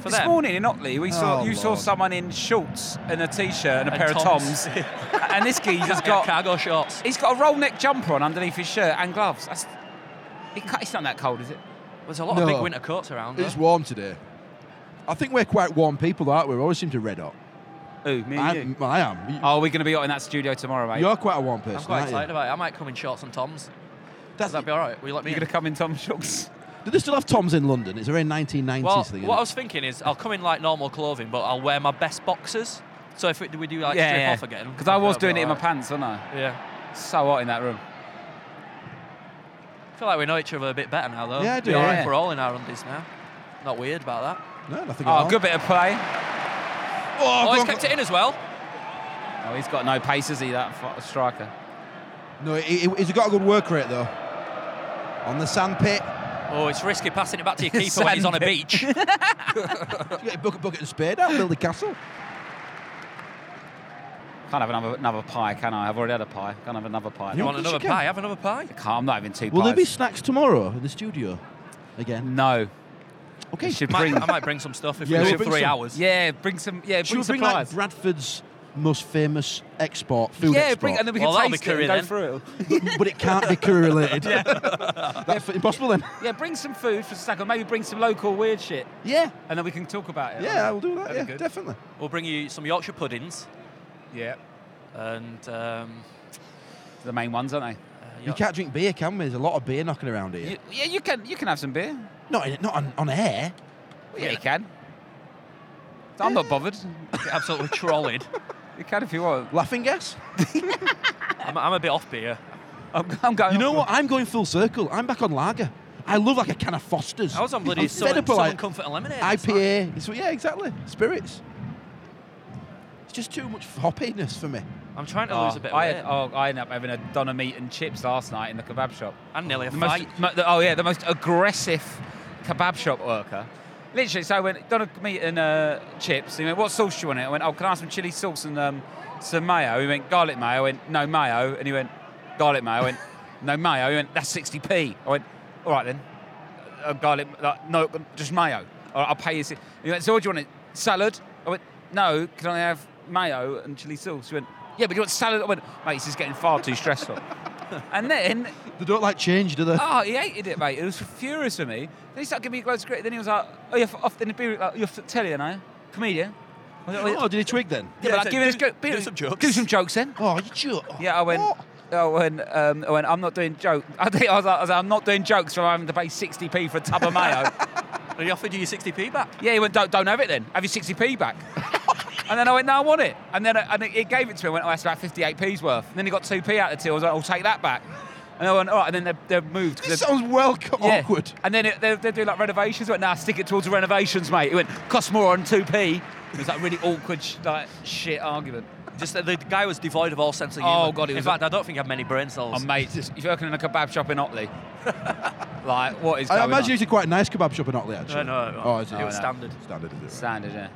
S2: For
S4: this
S2: them.
S4: morning in Otley, we saw
S3: Oh,
S4: you saw
S3: Lord.
S4: someone in shorts and a t-shirt and a
S2: And
S4: pair
S2: Toms.
S4: *laughs* of toms, and this *laughs* geezer's
S2: He's got
S4: got
S2: cargo shorts.
S4: he's got a roll neck jumper on underneath his shirt and gloves. That's, it ca- it's not that cold, is it?
S2: There's a lot of
S3: No.
S2: big winter coats around.
S3: It's
S2: Though.
S3: warm today. I think we're quite warm people, though, aren't we? We always seem to red hot.
S4: Who me?
S3: I,
S4: and you?
S3: well, I am. You-
S4: Oh, we're going to be out in that studio tomorrow, mate.
S3: You're quite a warm person.
S2: I'm quite
S3: aren't you?
S2: excited about it. I might come in shorts and toms.
S3: That's-
S2: Does that be all right? Will you let me?
S4: You're
S2: in?
S4: going to come in Tom shorts.
S3: Do they still have Toms in London? It's a very 1990s
S2: Well,
S3: thing. isn't
S2: what I
S3: it?
S2: was thinking is I'll come in like normal clothing, but I'll wear my best boxers. So if it, we do like strip off again,
S4: Because I was
S2: that'll
S4: doing
S2: be
S4: it in my
S2: all right.
S4: pants, wasn't I?
S2: Yeah.
S4: So hot in that room.
S2: I feel like we know each other a bit better now, though.
S3: Yeah, I do,
S2: We're all-
S4: yeah.
S2: We're all in our undies now. Not weird about that.
S3: no, nothing. at
S4: Oh,
S3: all.
S4: good bit of play.
S3: Oh,
S2: Oh,
S3: go
S2: he's
S3: on, go-
S2: kept it in as well.
S4: Oh, he's got no pace, has he? That f- striker.
S3: No, he, he- he's got a good work rate though. On the sandpit.
S2: Oh, it's risky passing it back
S3: *laughs*
S2: to your keeper when
S4: Send
S2: he's on a
S4: it.
S2: beach.
S3: Get a bucket, bucket and spade out, build a castle.
S4: Can't have another, another pie, can I? I've already had a pie. Can't have another pie.
S6: You
S3: Yeah.
S6: want
S3: Yes, you
S6: another
S3: can.
S6: pie? Have another pie.
S4: I can't, I'm not having two
S3: Will there be
S4: pies.
S3: snacks tomorrow in the studio? Again.
S4: No.
S3: Okay.
S4: You should
S2: Might-
S4: bring.
S2: I might bring some stuff if
S3: Yeah,
S2: we
S3: we'll
S2: do it
S3: bring
S2: three
S3: some.
S2: hours.
S4: yeah, bring some. Yeah,
S3: Should
S4: bring
S3: we bring like
S4: supplies.
S3: Bradford's most famous export food
S4: yeah,
S3: export?
S4: bring, and then we
S2: Well, that'll
S4: can
S2: be
S4: taste it
S2: curry
S4: and
S2: then.
S4: go through
S3: *laughs*
S4: it.
S3: but, but it can't be curry related. *laughs* That's impossible then.
S4: Yeah, bring some food for snack, or maybe bring some local weird shit,
S3: Yeah.
S4: and then we can talk about it.
S3: Yeah, I will do that.
S4: That'd be
S3: Yeah,
S4: good.
S3: definitely.
S2: We'll bring you some Yorkshire puddings
S4: Yeah,
S2: and um,
S4: the main ones, aren't
S2: uh,
S3: You
S2: York-
S3: can't drink beer, can we? There's a lot of beer knocking around here.
S4: they? You, yeah, you can. You can have some beer.
S3: Not in, not on, on air.
S4: Yeah, you can. I'm not bothered. *laughs*
S2: get absolutely trolled.
S4: You can if you want.
S3: Laughing gas.
S2: I'm, I'm a bit off beer.
S4: I'm, I'm going.
S3: You know what?
S4: off-
S3: I'm going full circle. I'm back on lager. I love like a can of Foster's.
S2: I was on bloody
S3: I'm fed
S2: Southern,
S3: up with,
S2: Southern
S3: like,
S2: Comfort and Lemonade. last night.
S3: IPA. It's, yeah, exactly. Spirits. It's just too much hoppiness for me.
S2: I'm trying to
S4: Oh,
S2: lose a bit of
S4: I,
S2: weight.
S4: oh, I ended up having a doner meat and chips last night in the kebab shop.
S2: and nearly a
S4: The
S2: *laughs*
S4: most,
S2: fight.
S4: mo- the- oh yeah, the most aggressive kebab shop worker. Literally, so I went done a meat and uh, chips. He went, "What sauce do you want?" It? I went, "Oh, can I have some chili sauce and um, some mayo?" He went, "Garlic mayo." I went, "No mayo." And he went, "Garlic mayo." I went, *laughs* "No mayo." He went, "That's 60p." I went, "All right then, uh, garlic, like, no, just mayo. All right, I'll pay you." si-" He went, "So what do you want? It salad?" I went, "No, can I have mayo and chili sauce?" He went, "Yeah, but you want salad?" I went, "Mate, this is getting far
S2: *laughs*
S4: too stressful." and then
S3: They don't like change, do they?
S4: Oh, he hated it, mate. It was furious with me. Then he started giving me loads of credit. Then he was like, "Oh, you're f- off the beer, like, you're f- telly, and I comedian." I was like, "Oh,
S3: Oh, did he twig then?
S4: yeah, but like, giving us go-
S6: do some jokes."
S4: Do some jokes then.
S3: Oh, you Oh, jerk.
S4: Yeah, I went.
S3: What?
S4: I went. Um, I went. I'm not doing jokes. *laughs* I, think I, was like, I was like, I'm not doing jokes from having to pay 60p for a tub of mayo.
S2: They offered you your 60p back.
S4: yeah, he went. Don't, don't have it then. Have your 60p back. and then I went. No, I want it. And then I, and he gave it to me. I went. Oh, that's about 58p's worth. And then he got 2p out of the till. I was like, I'll take that back. And I went. All right. And then they, they moved. 'cause
S3: This
S4: they'd-
S3: sounds welcome
S4: Yeah.
S3: awkward.
S4: And then it, they're, they're doing like renovations. I went, nah, stick it towards the renovations, mate. It went, cost more on 2p. It was like really awkward, sh- like shit argument.
S2: Just that the guy was devoid of all sense of
S4: Oh,
S2: humour.
S4: God, he
S2: In
S4: was
S2: fact, I I don't think he had many brain
S4: Oh,
S2: cells.
S4: mate, if you're working in a kebab shop in Otley, *laughs* like, what is going
S3: I imagine
S4: on?
S3: it's a quite nice kebab shop in Otley, actually.
S2: No, no, no.
S3: Oh, is it?
S2: It was standard.
S3: Standard, is it?
S4: Standard, yeah.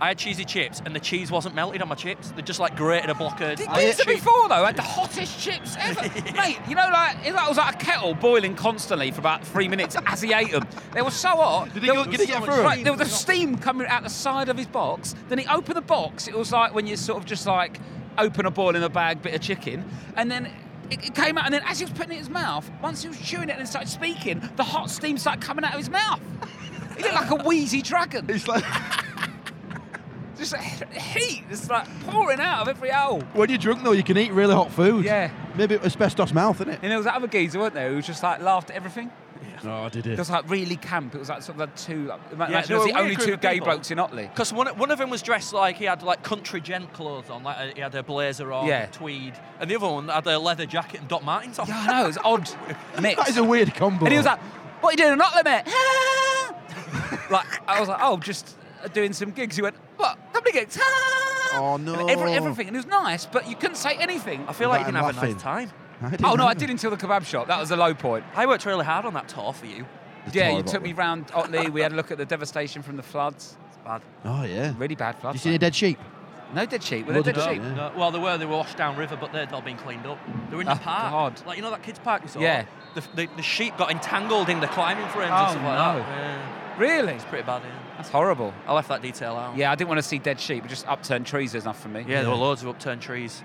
S2: I had cheesy chips, and the cheese wasn't melted on my chips. They just like grated a blockade.
S4: Did
S3: I
S4: these
S3: actually-
S4: before, though, had the hottest chips
S3: *laughs*
S4: ever. mate, you know, like, it was like a kettle boiling constantly for about three minutes as he ate them. They were so hot.
S3: Did he
S4: there
S3: go-
S4: was
S3: did he
S4: so
S3: get
S4: much-
S3: through 'em?
S4: Right, there was a steam coming out the side of his box. Then he opened the box. It was like when you sort of just, like, open a boil in a bag bit of chicken. And then it, it came out, and then as he was putting it in his mouth, once he was chewing it and started speaking, the hot steam started coming out of his mouth. he looked like a
S3: *laughs*
S4: wheezy dragon.
S3: It's like
S4: Just heat that's like pouring out of every hole.
S3: when you're drunk though, you can eat really hot food.
S4: Yeah.
S3: Maybe asbestos mouth, isn't it?
S4: And there was that other geezer, weren't there, who just like laughed at everything.
S3: Oh, did
S4: It was like really camp. It was like sort of like two. Like, imagine
S2: there
S4: it was
S2: were
S4: the
S2: a
S4: only
S2: weird
S4: two
S2: group of
S4: gay
S2: people.
S4: blokes
S3: *laughs*
S4: in Otley.
S2: Because one, one of them was dressed like he had like country gent clothes on, like uh, he had a blazer on,
S4: Yeah.
S2: tweed, and the other one had a leather jacket and Doc Martens on.
S4: Yeah, I know. It was
S3: *laughs*
S4: odd mix.
S3: That is a weird combo.
S4: and he was like, "What are you doing in Otley, mate?" *laughs* like I was like, "Oh, just doing some gigs." He went, "What? How many gigs?" *laughs*
S3: Oh,
S4: And every-
S3: no.
S4: everything, and it was nice, but you couldn't say anything.
S2: I feel like
S3: Right,
S2: he didn't
S3: I'm
S2: have a
S3: laughing.
S2: nice time.
S3: didn't
S4: *laughs* Oh no,
S3: know.
S4: I did until the kebab shop. That was a low point.
S2: I worked really hard on that tour for you.
S3: It's
S4: yeah, you
S3: horrible.
S4: took me round Otley. We had a look at the devastation from the floods.
S2: It's bad.
S3: Oh yeah.
S4: Really bad
S3: You
S4: floods.
S3: seen a dead sheep?
S4: no dead sheep. Were
S3: Well,
S4: they
S3: they
S4: dead
S3: don't,
S4: sheep?
S3: yeah.
S2: Oh, No, well, they were. They were washed down river, but they'd all been cleaned up. They were in the
S4: Oh,
S2: park.
S4: God.
S2: Like, you know that kids' park you saw?
S4: Yeah.
S2: The, the, the sheep got entangled in the climbing frames
S4: Oh,
S2: and stuff like that.
S4: no.
S2: Yeah.
S4: Really?
S2: It's pretty bad, yeah.
S4: That's horrible.
S2: I left that detail out.
S4: Yeah, I didn't want to see dead sheep. Just upturned trees is enough for me.
S2: Yeah, there were loads of upturned trees.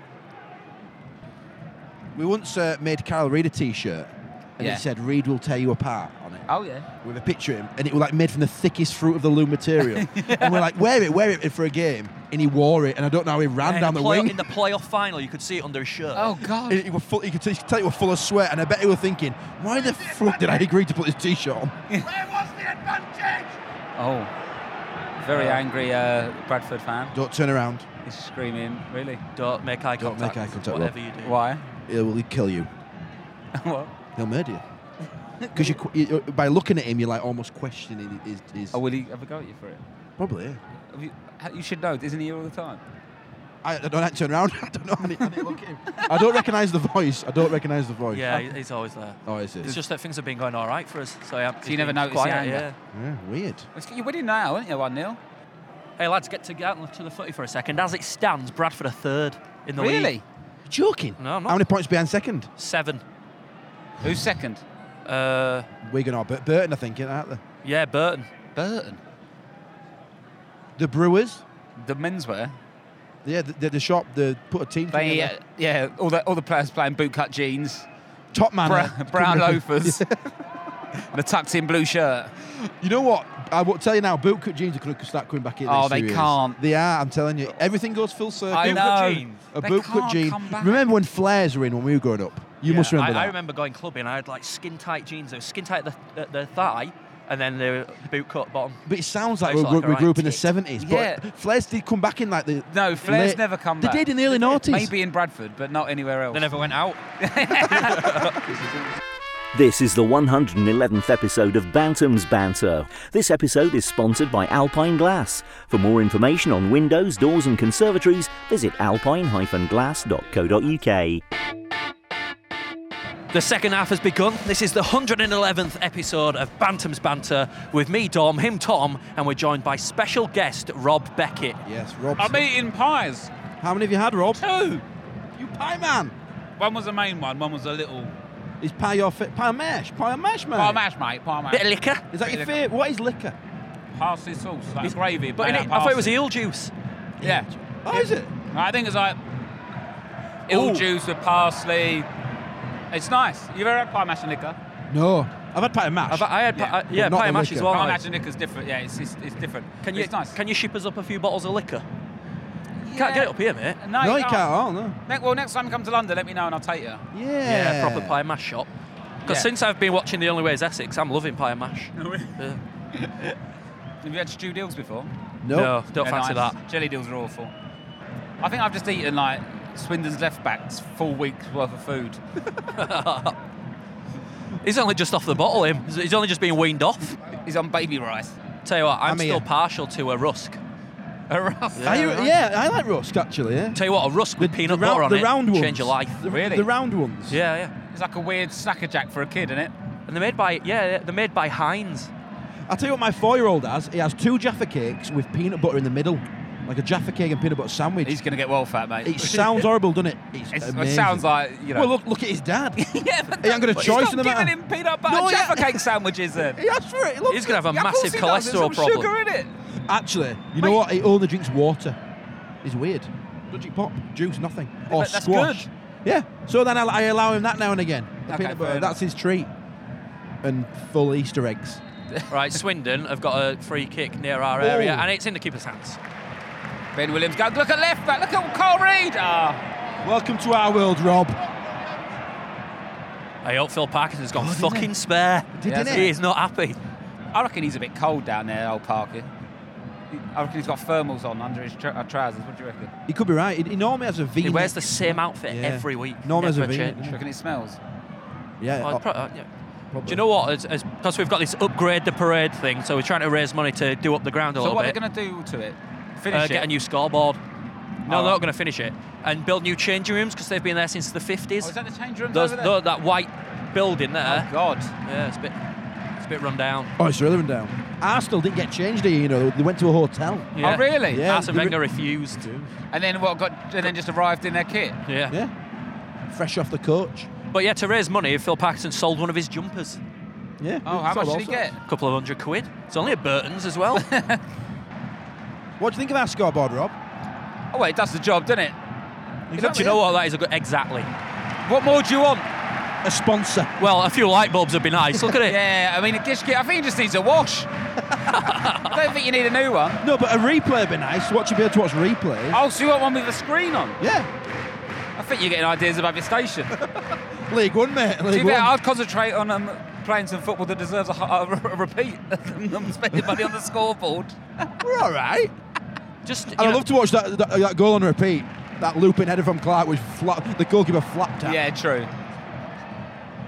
S3: We once uh, made Carl Reed a T-shirt, and
S4: Yeah.
S3: it said "Reed will tear you apart" on it.
S4: Oh yeah.
S3: with a picture of him, and it was like made from the thickest fruit of the loom
S4: *laughs*
S3: material. And we're like, wear it, wear it for a game. And he wore it, and I don't know how he ran
S2: Yeah,
S3: down
S2: in
S3: the,
S2: the play-
S3: wing.
S2: In the playoff final, you could see it under his shirt.
S4: Oh god.
S3: And he were full, you could t- you could tell he was full of sweat, and I bet he was thinking, why the fuck did I agree to put this t-shirt on?
S4: Oh. Very angry uh, Bradford fan.
S3: Don't turn around,
S4: He's screaming. Really?
S2: Don't make eye
S3: Don't
S2: contact.
S3: make eye contact, Rob.
S2: Whatever you do.
S4: Why? *laughs*
S3: he will kill you.
S4: what?
S3: He'll murder you. Because you, *laughs* qu- you, uh, by looking at him, you're like almost questioning his. his
S4: Oh, will he have a go at you for it?
S3: probably. yeah.
S4: Have you, ha- you should know. Isn't he here all the time?
S3: I, I don't know, I turn around. *laughs* I don't know. I, need, I, need to look
S4: *laughs*
S3: at him. I don't recognise the voice. I don't recognise the voice.
S2: Yeah, he- he's always there.
S3: Oh, is it?
S2: It's just that things have been going all right for us. So, yeah,
S4: you never notice the
S2: quiet, yeah.
S4: anger?
S3: Yeah, weird.
S4: It's- You're winning now, aren't you? 1 0.
S2: Hey, lads, get to, get to the footy for a second. As it stands, Bradford are third in the league.
S4: Really?
S3: You're joking.
S2: No, I'm
S3: How
S2: not.
S3: many points behind second?
S2: Seven.
S4: Who's second?
S2: Uh,
S3: Wigan or Bur- Burton, I think, aren't they?
S2: yeah, Burton.
S4: Burton.
S3: The Brewers.
S4: The menswear.
S3: Yeah, the, the, the shop. They put a team.
S4: They,
S3: together.
S4: uh, yeah, all the, all the players playing bootcut jeans,
S3: top man.
S4: bra-
S3: uh, *laughs*
S4: brown
S3: couldn't-
S4: loafers, and a tucked in blue shirt.
S3: You know what? I will tell you now. Bootcut jeans are going to start coming back in.
S4: Oh,
S3: next
S4: they
S3: few years.
S4: can't.
S3: They are. I'm telling you. Everything goes full circle.
S4: I know.
S2: jeans.
S3: A
S4: They
S3: bootcut
S4: can't
S3: jean.
S4: come back.
S3: Remember when flares were in when we were growing up? You must
S2: Yeah,
S3: remember
S2: I,
S3: that.
S2: I remember going clubbing. I had like skin tight jeans. They were skin tight at the, at the thigh, and then the boot cut bottom.
S3: But it sounds like,
S2: Looks
S3: we
S2: like
S3: we
S2: a
S3: grew up
S2: right
S3: in the
S2: tit.
S3: 70s.
S4: Yeah.
S3: But flares did come back in like the.
S4: No, Flair's
S3: late-
S4: never come
S3: They
S4: back.
S3: did in the early 90s.
S4: Maybe in Bradford, but not anywhere else.
S2: They never went out.
S1: This is the 111th episode of Bantam's Banter. This episode is sponsored by Alpine Glass. For more information on windows, doors, and conservatories, visit alpine-glass.co.uk.
S2: The second half has begun. This is the 111th episode of Bantam's Banter with me, Dom, him, Tom, and we're joined by special guest Rob Beckett.
S3: Yes, Rob.
S4: I'm eating pies.
S3: How many have you had, Rob?
S4: Two.
S3: You pie man.
S4: One was the main one, one was a little.
S3: Is pie your fit? Pie mash. Pie mash, man.
S4: Pie mash, mate. Pie mash.
S2: Bit of liquor,
S3: Is that your favourite? What is liquor?
S4: Parsley sauce, like gravy.
S2: but in
S4: made
S2: it, I
S4: out of
S2: thought it was
S4: parsley.
S2: eel juice.
S4: Yeah.
S3: Oh, is it?
S4: I think it's like ill
S2: Ooh.
S4: juice with parsley. It's nice. You've ever had pie mash and liquor?
S3: No. I've had pie mash.
S2: I've, I had,
S4: Yeah,
S2: yeah,
S4: but
S2: yeah
S3: not
S2: pie
S3: the
S2: mash as
S3: liquor.
S2: well.
S4: Pie
S2: mate.
S4: mash and liquor's different. Yeah, it's, it's, it's different.
S2: Can
S4: But
S2: you
S4: It's nice.
S2: can you ship us up a few bottles of liquor?
S4: you
S2: Can't get it up here, mate.
S4: No,
S3: no, you can't. Oh, no.
S4: Ne- well, next time you come to London, let me know and I'll
S2: *laughs*
S4: take you.
S3: Yeah.
S2: proper pie mash shop. Because
S4: Yeah.
S2: since I've been watching The Only Way Is Essex, I'm loving pie mash. Yeah.
S4: *laughs* Have you had stew deals before?
S3: No.
S2: No, don't
S4: They're
S2: fancy
S4: nice.
S2: that.
S4: Jelly deals are awful. I think I've just eaten like Swindon's left back's full week's worth of food.
S2: He's only just off the bottle, him. He's- He's only just been weaned off.
S4: He's on baby rice.
S2: Tell you what, I'm,
S3: I'm
S2: still
S3: here.
S2: partial to a rusk.
S4: A rough.
S3: Are you, yeah, I like rusk, actually. Yeah.
S2: Tell you what, a rusk with peanut butter
S3: round-
S2: on
S3: the
S2: it
S3: round ones.
S2: change your life.
S3: The,
S4: Really?
S3: The round ones.
S2: Yeah, yeah.
S4: It's like a weird snacker jack for a kid, isn't it?
S2: And they're made by yeah, they're made by Heinz.
S3: I'll tell you what my four-year-old has. He has two Jaffa cakes with peanut butter in the middle, like a Jaffa cake and peanut butter sandwich.
S4: *laughs* He's gonna get well fat, mate.
S3: It sounds horrible, doesn't it? It's
S4: It's- it
S3: amazing.
S4: sounds like you know.
S3: Well, look, look at his
S4: *laughs*
S3: dad.
S4: yeah, but
S3: He ain't got a
S4: but
S3: choice
S4: stop
S3: in the
S4: giving
S3: matter.
S4: him peanut butter
S3: No,
S4: jaffa
S3: yeah.
S4: cake sandwiches then.
S3: *laughs* he asked for it. Look,
S2: He's gonna have a
S4: Yeah, of course
S2: massive
S4: he does. There's
S2: cholesterol
S4: all
S2: problem.
S4: Sugar in it.
S3: Actually, you
S4: Mate.
S3: know what? He only drinks water. He's weird. Dodgy pop, juice, nothing. Or
S4: but that's
S3: squash.
S4: good.
S3: Yeah. So then I, I allow him that now and again. The
S4: Okay,
S3: peanut
S4: fair
S3: butter.
S4: enough.
S3: That's his treat. And full Easter eggs.
S2: *laughs* right, Swindon have got a free kick near our
S3: Oh.
S2: area, and it's in the keeper's hands.
S4: Ben Williams go. Look at left back. Look at Carl Reed. Ah,
S3: Welcome to our world, Rob.
S2: I hope Phil Parkinson's gone
S3: God, Oh, didn't
S2: fucking
S3: it?
S2: spare.
S3: Didn't
S2: He
S3: it?
S2: is not happy.
S4: I reckon he's a bit cold down there, old Parker. I reckon he's got thermals on under his tr- uh, trousers. What do you reckon?
S3: He could be right. He, he normally has a V.
S2: He wears the same outfit
S3: Yeah.
S2: every week.
S3: Norm has
S2: never
S3: a V,
S2: change.
S4: Do you reckon it smells?
S3: Yeah.
S2: Oh,
S3: oh,
S2: pro- uh, yeah.
S3: probably.
S2: Do you know what? Because we've got this upgrade the parade thing, so we're trying to raise money to do up the ground a
S4: So
S2: little
S4: what are
S2: bit.
S4: they going to do to it? Finish
S2: uh,
S4: it.
S2: get a new scoreboard. No,
S4: Oh.
S2: they're not going to finish it. And build new changing rooms because they've been there since the 50s.
S4: Oh, is that the change rooms
S2: Those-
S4: over there?
S2: tho- that white building there.
S4: Oh God.
S2: yeah, it's a bit, it's a bit run down.
S3: Oh, it's relevant down. Arsenal didn't get changed, you know. They went to a hotel.
S2: Yeah.
S4: Oh really?
S3: Yeah.
S2: Arsene
S3: the-
S2: Wenger refused.
S4: And then what? Got and then just arrived in their kit. Oh,
S2: Yeah.
S3: Yeah. Fresh off the coach.
S2: But yeah, to raise money, Phil Parkinson sold one of his jumpers.
S3: Yeah.
S4: Oh, how
S3: It's all
S4: much did he
S3: sorts.
S4: get?
S2: A couple of hundred quid. It's only at Burton's as
S3: *laughs*
S2: well.
S3: What do you think of our scoreboard, Rob?
S4: Oh well, it does the job, doesn't it?
S2: do you know what? That is a good. Exactly.
S4: What more do you want?
S3: A sponsor.
S2: Well, a few light bulbs would be nice. Look at it.
S4: *laughs* Yeah, I mean, it just, I think it just needs a wash. *laughs* I don't think you need a new one.
S3: No, but a replay would be nice. Watch you be able to watch replays.
S4: Oh, so you want one with a screen on?
S3: Yeah.
S4: I think you're getting ideas about your *laughs* station. To
S3: League One, mate.
S4: be
S3: League
S4: fair,
S3: One.
S4: I'd concentrate on um, playing some football that deserves a, h- a, a repeat *laughs* than spending money on the scoreboard.
S3: We're all right.
S2: Just. You
S3: And I
S2: know,
S3: love to watch that, that, that goal on repeat. That looping header from Clark was flat. The goalkeeper flapped at.
S4: Yeah, true.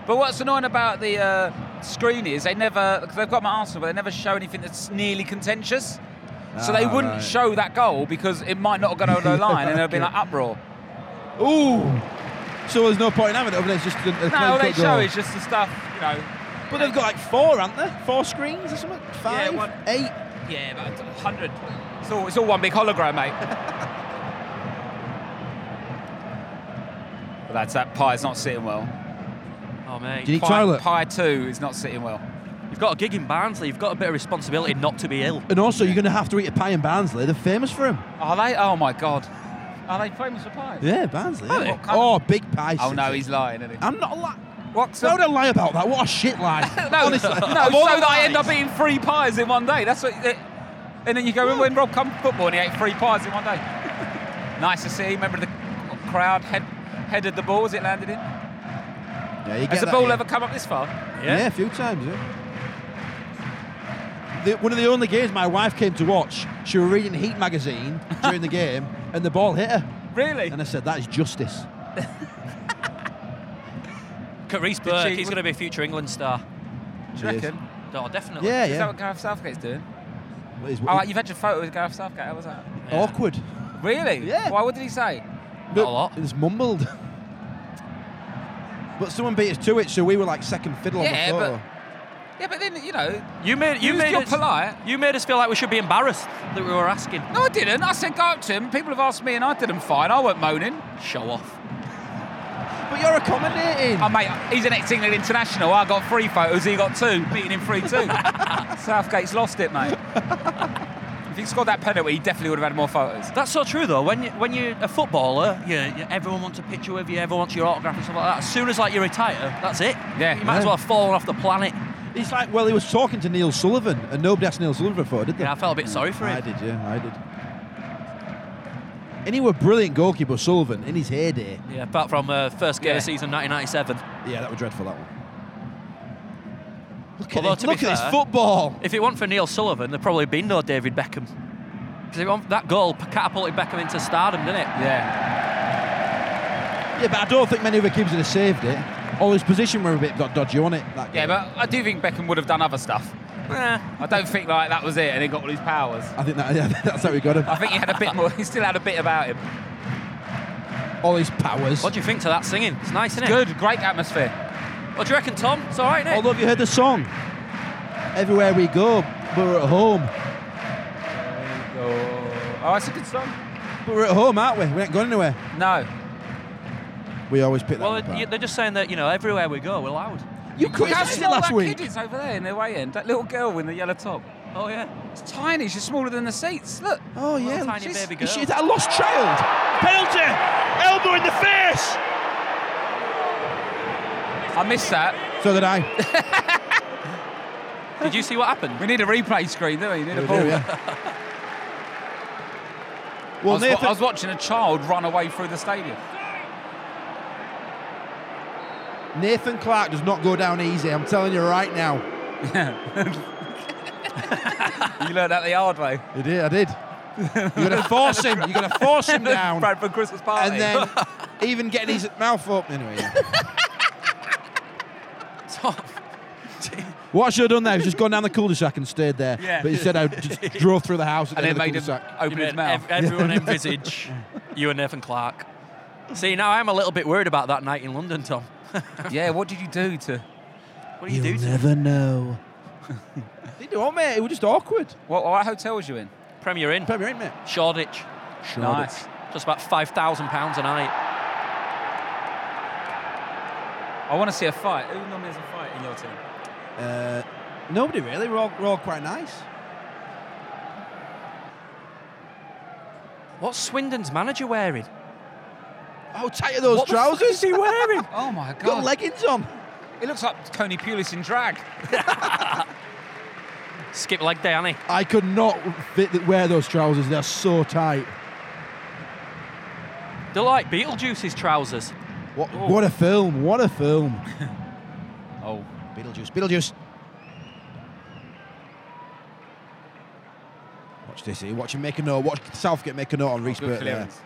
S4: But what's annoying about the uh, screen is they never, because they've got my Arsenal, but they never show anything that's nearly contentious. So they
S3: Ah,
S4: wouldn't
S3: right.
S4: show that goal because it might not have gone over
S3: *laughs*
S4: the line and there'd be like uproar.
S3: Ooh. So there's no point in having it, other than it's just a, a
S4: No, all they
S3: clear-cut
S4: show
S3: goal.
S4: is just the stuff, you know.
S3: But they've got like four, haven't they? Four screens or something? Five?
S4: one-
S3: Eight?
S4: Yeah, about 100. It's all, it's all one big
S3: *laughs*
S4: hologram, mate. but that's that pie's not sitting well.
S2: Oh, mate.
S3: Do you need
S4: Pie,
S3: toilet?
S4: pie two is not sitting well.
S2: You've got a gig in Barnsley. You've got a bit of responsibility not to be ill.
S3: And also, you're going to have to eat a pie in Barnsley. They're famous for them.
S4: Are they? Oh my god. Are they famous for pies?
S3: Yeah, Barnsley.
S4: Oh,
S3: yeah.
S4: what kind
S3: Oh, big pie.
S4: Oh no,
S3: city.
S4: he's lying, isn't he?
S3: I'm not a li-
S4: What's
S3: Don't lie about that. What a shit lie.
S4: *laughs* No,
S3: Honestly.
S4: no, so
S3: Of
S4: that
S3: all the
S4: I end
S3: lies.
S4: up eating three pies in one day. That's what. It, and then you go, remember when Rob come football and he ate three pies in one day? *laughs* nice to see. Remember the crowd head, headed the ball as it landed in?
S3: *laughs* Yeah, you get
S4: Has the
S3: that
S4: ball
S3: here.
S4: ever come up this far?
S3: Yeah. a few times, yeah. The, one of the only games my wife came to watch, she was reading Heat magazine during the game, and the ball hit her.
S4: Really?
S3: And I said, that is justice.
S2: Carice Burke,
S4: she-
S2: he's going to be a future England star.
S4: Do you
S3: It is.
S4: reckon?
S2: Oh, definitely.
S3: Yeah,
S4: Is that
S3: yeah.
S4: what Gareth Southgate's doing?
S3: It is-
S4: Oh, right, you've had your photo with Gareth Southgate. How was that?
S3: Awkward.
S4: Really?
S3: Yeah.
S4: Why? What did he say?
S3: But
S2: a lot.
S3: It's mumbled. but someone beat us to it, so we were like second fiddle
S4: Yeah,
S3: on the
S4: but-
S3: photo.
S4: Yeah, but then you know,
S2: You made you
S4: Used
S2: made
S4: your
S2: us,
S4: polite.
S2: You made us feel like we should be embarrassed that we were asking.
S4: no, I didn't. I said go up to him. People have asked me, and I did them fine. I weren't moaning.
S2: Show off.
S3: But, you're accommodating.
S4: Oh, mate, he's an ex-England international. I got three photos, he got two, beating him *laughs* 3-2. Southgate's lost it, mate. if he scored that penalty, he definitely would have had more photos.
S2: That's so true though. When you, when you're a footballer, you, you, everyone wants a picture with you, everyone wants your autograph and stuff like that. As soon as like you retire, that's it.
S4: Yeah.
S2: You might as well have fallen off the planet.
S3: It's like, well, he was talking to Neil Sullivan, and nobody asked Neil Sullivan for it, did they?
S2: Yeah, I felt a bit sorry for
S3: I
S2: him.
S3: did, yeah, I did. And he was a brilliant goalkeeper, Sullivan, in his heyday.
S2: Yeah, apart from uh, first game
S4: Yeah.
S2: of season 1997.
S3: Yeah, that was dreadful, that one. Look
S2: Although,
S3: at,
S2: to be
S3: it. Look at
S2: fair-
S3: this football.
S2: If it weren't for Neil Sullivan, there'd probably been no David Beckham. Because that goal catapulted Beckham into stardom, didn't it?
S4: Yeah.
S3: Yeah, but I don't think many other keepers would have saved it. All his position were a bit got dodgy on it. That
S4: Yeah,
S3: game.
S4: but I do think Beckham would have done other stuff. I don't think, like, that was it and he got all his powers.
S3: I think that, *laughs* yeah, that's how we got him.
S4: I think he had a bit more, *laughs* he still had a bit about him.
S3: All his powers.
S2: What do you think to that singing? It's nice, isn't it?
S4: Good, great atmosphere.
S2: What do you reckon, Tom? It's all right, innit?
S3: Although, have you heard the song? Everywhere we go, we're at home.
S4: Oh, it's a good song.
S3: But we're at home, aren't we? We ain't going anywhere.
S4: No.
S3: We always pick that
S2: Well,
S3: one
S2: it-
S3: apart.
S2: you- they're just saying that you know everywhere we go we're loud.
S3: You
S4: How
S3: criticised it
S4: small
S3: last
S4: that
S3: week.
S4: kid is over there in the way end. That little girl in the yellow top.
S2: Oh yeah.
S4: It's tiny, she's smaller than the seats. Look.
S3: Oh, yeah.
S2: tiny
S3: she's-
S2: baby girl.
S3: She's a lost child. Penalty. Elbow in the face.
S4: I missed that.
S3: So
S2: *laughs*
S3: did I.
S2: Did you see what happened?
S4: We need a replay screen, don't we? You need a
S3: We
S4: ball.
S3: do, yeah. Well,
S4: I, was,
S3: Nathan,
S4: I was watching a child run away through the stadium.
S3: Nathan Clark does not go down easy. I'm telling you right now.
S4: You learned that the hard way.
S3: I did. I did. You're *laughs* gonna force him. You're gonna force *laughs*
S4: *laughs*
S3: him down,
S4: Bradford Christmas party.
S3: and then even getting his mouth up. Anyway, yeah.
S2: Tom,
S4: *laughs*
S3: what I should have done there was just gone down the cul-de-sac and stayed there.
S4: Yeah.
S3: But instead, I just drove through the house at
S4: and
S3: the
S4: then
S3: end of the
S4: made him
S3: cul-de-sac.
S2: you
S4: open his
S2: made
S4: mouth.
S2: ev- everyone envisage you and Nathan Clark. See, now I'm a little bit worried about that night in London, Tom.
S4: *laughs* yeah, what did you do to?
S2: What do you do? To
S3: never *laughs* know. Didn't do all, mate. It was just awkward.
S4: What, what hotel was you in?
S2: Premier Inn,
S3: Premier Inn, mate.
S2: Shoreditch,
S3: Sure.
S4: nice.
S2: just about five thousand pounds a night.
S4: I want to see a fight. Who normally has a fight in your team?
S3: Uh, nobody really. We're all, we're all quite nice.
S2: What's Swindon's manager wearing?
S3: How tight are Oh, those
S2: What the
S3: trousers?
S2: fuck is he
S3: *laughs*
S2: wearing?
S4: Oh my
S3: Got
S4: god!
S3: leggings on.
S4: it looks like Coney Pulis in drag.
S2: Skip leg day, Annie.
S3: I could not fit, wear those trousers. They're so tight.
S2: They're like Beetlejuice's trousers.
S3: What, what a film! What a film!
S4: Oh,
S3: Beetlejuice, Beetlejuice. Watch this here. Watch him make a note. Watch Southgate make a note on Reece
S4: good
S3: Burt there.
S4: clearance.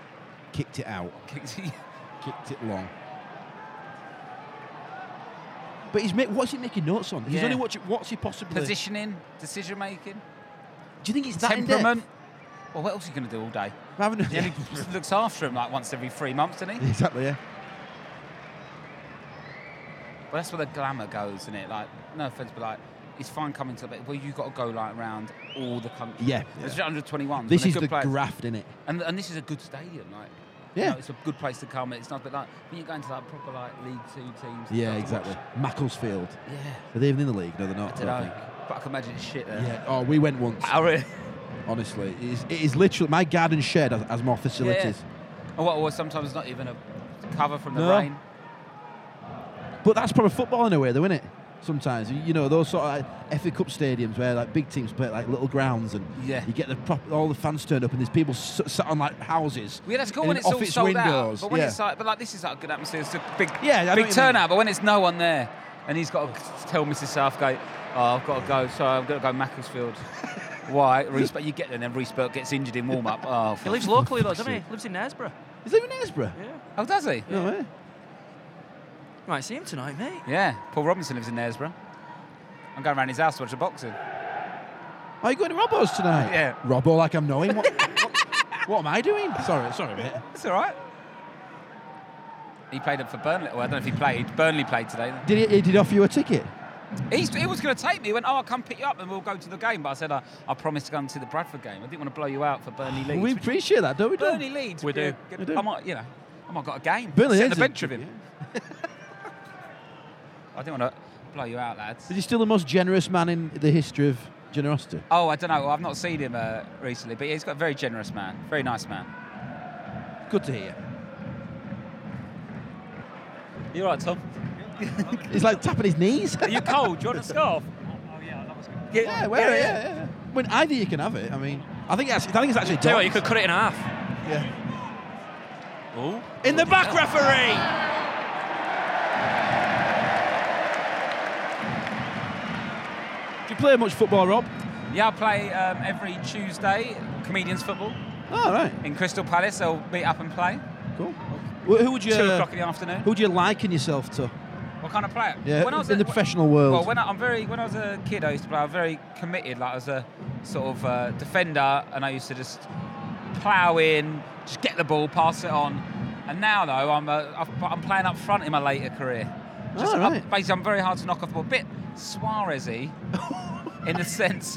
S3: Kicked it out.
S4: *laughs*
S3: Kicked it long. But he's make, what's he making notes on? He's
S4: Yeah.
S3: only watching. What's he possibly?
S4: Positioning, decision making,
S3: Do you think it's that in depth?
S4: temperament. Well, what else are you going to do all day?
S3: Having-
S4: He only looks after him like once every three months, doesn't he?
S3: *laughs* exactly, yeah.
S4: Well, that's where the glamour goes, isn't it? Like, no offense, but like, it's fine coming to, but well, you've got to go like around all the country.
S3: Yeah.
S4: There's 121.
S3: This is
S4: good
S3: the
S4: place.
S3: graft in it.
S4: and, and this is a good stadium, like. you
S3: Yeah.
S4: know, it's a good place to come. It's not, but like when you're going to like proper like League Two teams. and
S3: Yeah,
S4: stuff to
S3: exactly.
S4: watch.
S3: Macclesfield.
S4: Yeah.
S3: Are they even in the league? No, they're
S4: I
S3: not.
S4: don't
S3: don't
S4: know,
S3: think.
S4: but I can imagine it's shit there.
S3: Yeah. Oh, we went once.
S4: I really, *laughs*
S3: Honestly, it is, it is literally my garden shed has, has more facilities.
S4: or, what- or sometimes not even a cover from the
S3: No.
S4: rain.
S3: But that's probably football in a way, though, isn't it? Sometimes you know those sort of like FA Cup stadiums where like big teams play at like little grounds, and
S4: Yeah.
S3: you get the prop- all the fans turned up, and there's people s- sat on like houses.
S4: Yeah, that's cool
S3: in
S4: when it's all
S3: office
S4: sold
S3: windows.
S4: out. But when
S3: yeah.
S4: it's like, but like this is like a good atmosphere. It's a big,
S3: Yeah, I know what you
S4: big
S3: mean.
S4: turnout. But when it's no one there, and he's got to tell Mrs. Southgate, "Oh, I've got to go. Sorry, I've got to
S3: *laughs*
S4: go Macclesfield." Why? Reece, but you get there, and then Reece Burke gets injured in
S3: *laughs*
S4: warm up. Oh,
S2: He
S4: for-
S2: lives locally though, doesn't he? Lives in Knaresborough.
S3: is it even Esborough?
S2: Yeah.
S4: oh, does he?
S3: No way.
S2: You might see him tonight, mate.
S4: Yeah, Paul Robinson lives in Knaresborough. I'm going around his house to watch the boxing.
S3: Are you going to Robbo's tonight?
S4: Yeah.
S3: Robbo, like I'm knowing. What, *laughs* what, what am I doing? Sorry, sorry, mate.
S4: It's all right. He played up for Burnley. Well, I don't know if he played. Burnley played today.
S3: Did he, he did offer you a ticket?
S4: He's, he was going to take me. He went, "Oh, I'll come pick you up and we'll go to the game." But I said, "I, I promised to go and see the Bradford game. I didn't want to blow you out for Burnley Leeds."
S3: we
S4: which-
S3: appreciate that, don't we? Don?
S4: Burnley Leeds.
S2: We do.
S4: yeah,
S3: We do.
S4: I might, you know, I might got a game.
S3: Burnley
S4: Sit on
S3: Leeds
S4: the
S3: are-
S4: bench with him. I didn't want to blow you out, lads.
S3: Is he still the most generous man in the history of generosity?
S4: Oh, I don't know. I've not seen him uh, recently, but he's got a very generous man, very nice man.
S3: Good to hear.
S4: You all right, Tom?
S3: He's like tapping his knees. *laughs*
S4: Are you cold? Do you want a scarf?
S3: yeah, wear it. Yeah, yeah. I mean, either you can have it. I mean, I think that's, I think it's actually.
S2: Tell you what,
S3: Don's.
S2: you could cut it in half.
S3: Yeah.
S2: Oh.
S3: In the back, referee. Do you play much football, Rob?
S4: Yeah, I play um, every Tuesday comedians football
S3: All right.
S4: in Crystal Palace. They'll meet up and play
S3: Cool. Well, who would you? uh,
S4: two o'clock in the afternoon.
S3: who do you liken yourself to?
S4: What kind of player?
S3: Yeah,
S4: When I was
S3: in the
S4: a-
S3: professional world.
S4: Well, when I, I'm very, when I was a kid, I used to play. I was very committed. Like I was a sort of uh, defender, and I used to just plough in, just get the ball, pass it on. And now though, I'm a, I've- I'm playing up front in my later career. Just,
S3: All
S4: I'm-
S3: Oh, right.
S4: basically, I'm very hard to knock off. But a bit Suarez-y in the sense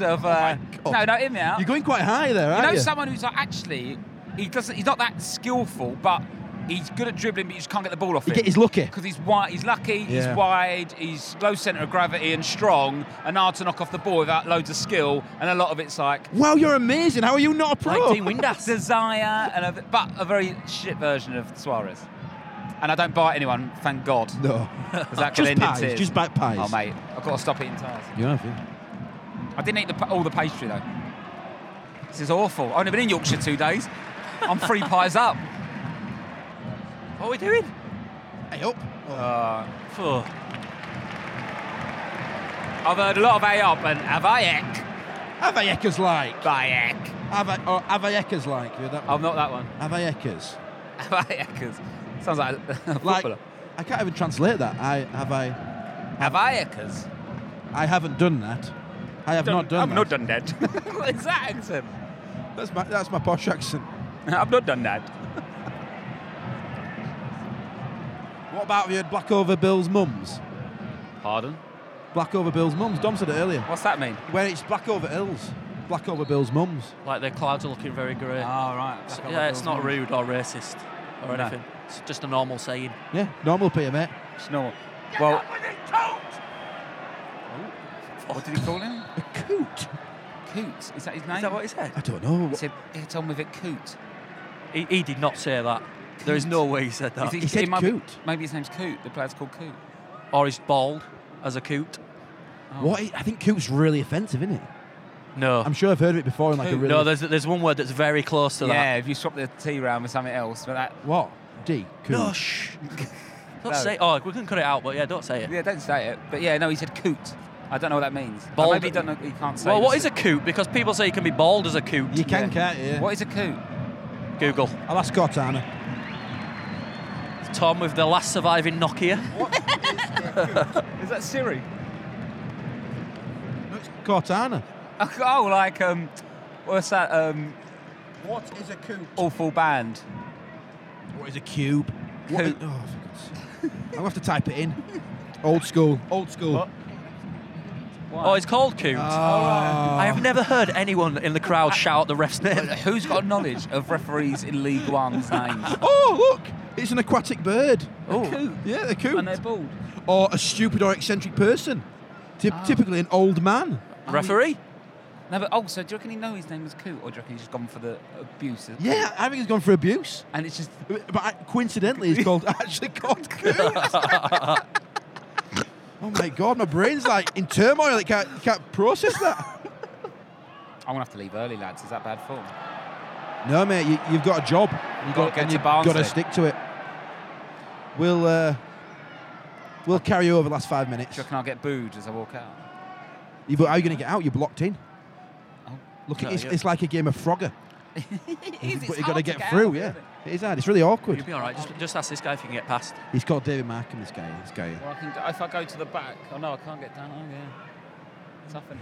S3: *laughs*
S4: of uh,
S3: Oh God.
S4: no, no, in me out.
S3: You're going quite high there,
S4: You
S3: aren't
S4: know,
S3: you?
S4: someone who's like actually, he doesn't. He's not that skillful, but he's good at dribbling, but you just can't get the ball off
S3: He
S4: him.
S3: get- he's lucky.
S4: because he's wide. He's lucky.
S3: Yeah.
S4: He's wide. He's low centre of gravity and strong, and hard to knock off the ball without loads of skill. And a lot of it's like
S3: Wow, you're amazing. How are you not a pro?
S2: Like Dean Windass.
S4: desire, and a, but a very shit version of Suarez. And I don't bite anyone, thank God.
S3: *laughs* No.
S4: 'Cause that could
S3: Uh, Just
S4: end in
S3: pies,
S4: tears.
S3: just bite pies.
S4: Oh mate, I've got to stop eating tires.
S3: You have, yeah.
S4: I didn't eat the, pa- all the pastry though. This is awful. I've only been in Yorkshire two days.
S3: *laughs*
S4: I'm three pies up.
S2: What are we doing?
S3: Hey, up.
S4: Uh,
S2: For
S4: I've heard a lot of A up and have I ek?
S3: Avayekas like.
S4: By ek.
S3: Ava- or Avayekas like. You know that
S4: I'm not that one. *laughs*
S3: Avayekas.
S4: Have I ekkers? Sounds like a
S3: Like,
S4: footballer.
S3: I can't even translate that. I have I.
S4: Have I ekkers?
S3: I haven't done that. I have not done
S4: I've
S3: that.
S4: not done that. *laughs* what is that accent?
S3: That's my that's my posh accent.
S4: I've not done that.
S3: What about you? Blackover Bill's mums.
S4: Pardon?
S3: Blackover Bill's mums. Dom said it earlier.
S4: What's that mean?
S3: Where it's Blackover Hills. Blackover Bill's mums.
S2: like the clouds are looking very grey.
S3: Ah,
S4: Oh, right.
S2: So- yeah, it's not rude or racist or
S4: No.
S2: anything. It's just a normal saying.
S3: Yeah, normal pay, mate.
S4: It's normal. Well, what did he call him?
S3: A coot.
S4: Coot. Is that his name?
S2: Is that what he said?
S3: I don't know.
S4: He said, get on with it, Coot.
S2: He, he did not say that. There is no way he said that.
S4: Is
S3: He said
S4: might be-
S3: Coot.
S4: maybe his name's Coot. The player's called Coot.
S2: Or he's bald as a coot.
S3: What? I think coot's really offensive, isn't it?
S2: No.
S3: I'm sure I've heard of it before in like a
S4: Coot.
S3: really.
S2: No, there's, there's one word that's very close to
S4: yeah, if you swap the T round with something else, but that.
S3: What? D. Coot.
S2: that. No,
S3: *laughs*
S2: shh. Don't
S4: No.
S2: say Oh, we can cut it out, but yeah, don't say it.
S4: Yeah, don't say it. But yeah, no, he said Coot. I don't know what that means. Or
S2: Bald-
S4: Maybe he, don't know, he can't say
S2: Well, what
S4: the-
S2: is a coot? Because people say you can be bald as a coot.
S3: you can,
S4: Yeah.
S3: can't you? Yeah.
S4: What is a Coot?
S2: Google.
S3: I'll ask Cortana.
S2: Tom with the last surviving Nokia.
S4: Is that Siri?
S3: Cortana.
S4: *laughs* Oh, like um, what's that? Um,
S7: What is a coup?
S4: Awful band.
S3: What is a cube? What
S4: Cube.
S3: i- oh, for God's sake. I'm gonna have to type it in. Old school. Old school.
S2: Oh, it's called Coot.
S3: Ah.
S2: I have never heard anyone in the crowd shout the ref's *laughs* name.
S4: Who's got knowledge of referees in League
S3: *laughs*
S4: One's names?
S3: Oh, look! It's an aquatic bird.
S4: Oh. coot.
S3: Yeah, a coot.
S4: And they're bald.
S3: Or a stupid or eccentric person. Ty-
S4: Ah.
S3: Typically an old man.
S2: Referee?
S4: No, but oh, so do you reckon he know his name was Coot, or do you reckon he's just gone for the abuse? of-
S3: Yeah, I think he's gone for abuse.
S4: And it's just
S3: But I, coincidentally, it's called *laughs* actually called coot.
S4: *laughs*
S3: oh my god, my brain's like in turmoil. It can't, can't process that.
S4: I'm gonna have to leave early, lads. Is that bad form?
S3: No, mate, you, you've got a job. You've
S4: Gotta get to
S3: you've
S4: Barnsley.
S3: got to stick to it. We'll uh, we'll carry you over the last five minutes.
S4: Do you reckon I'll get booed as I walk out?
S3: Yeah, but how are you going to get out? You're blocked in.
S4: Oh.
S3: Look,
S2: No,
S3: it's,
S2: yeah.
S3: it's like a game of Frogger.
S4: it
S3: but you've got to get, through, yeah. It is hard. It's really
S2: You'll
S3: awkward.
S2: be all right. Just, just ask this guy if you can get past.
S3: He's called David Markham, this guy. This guy.
S4: Well, I can, if I go to the back, oh no, I can't get down. Oh yeah, it's up and-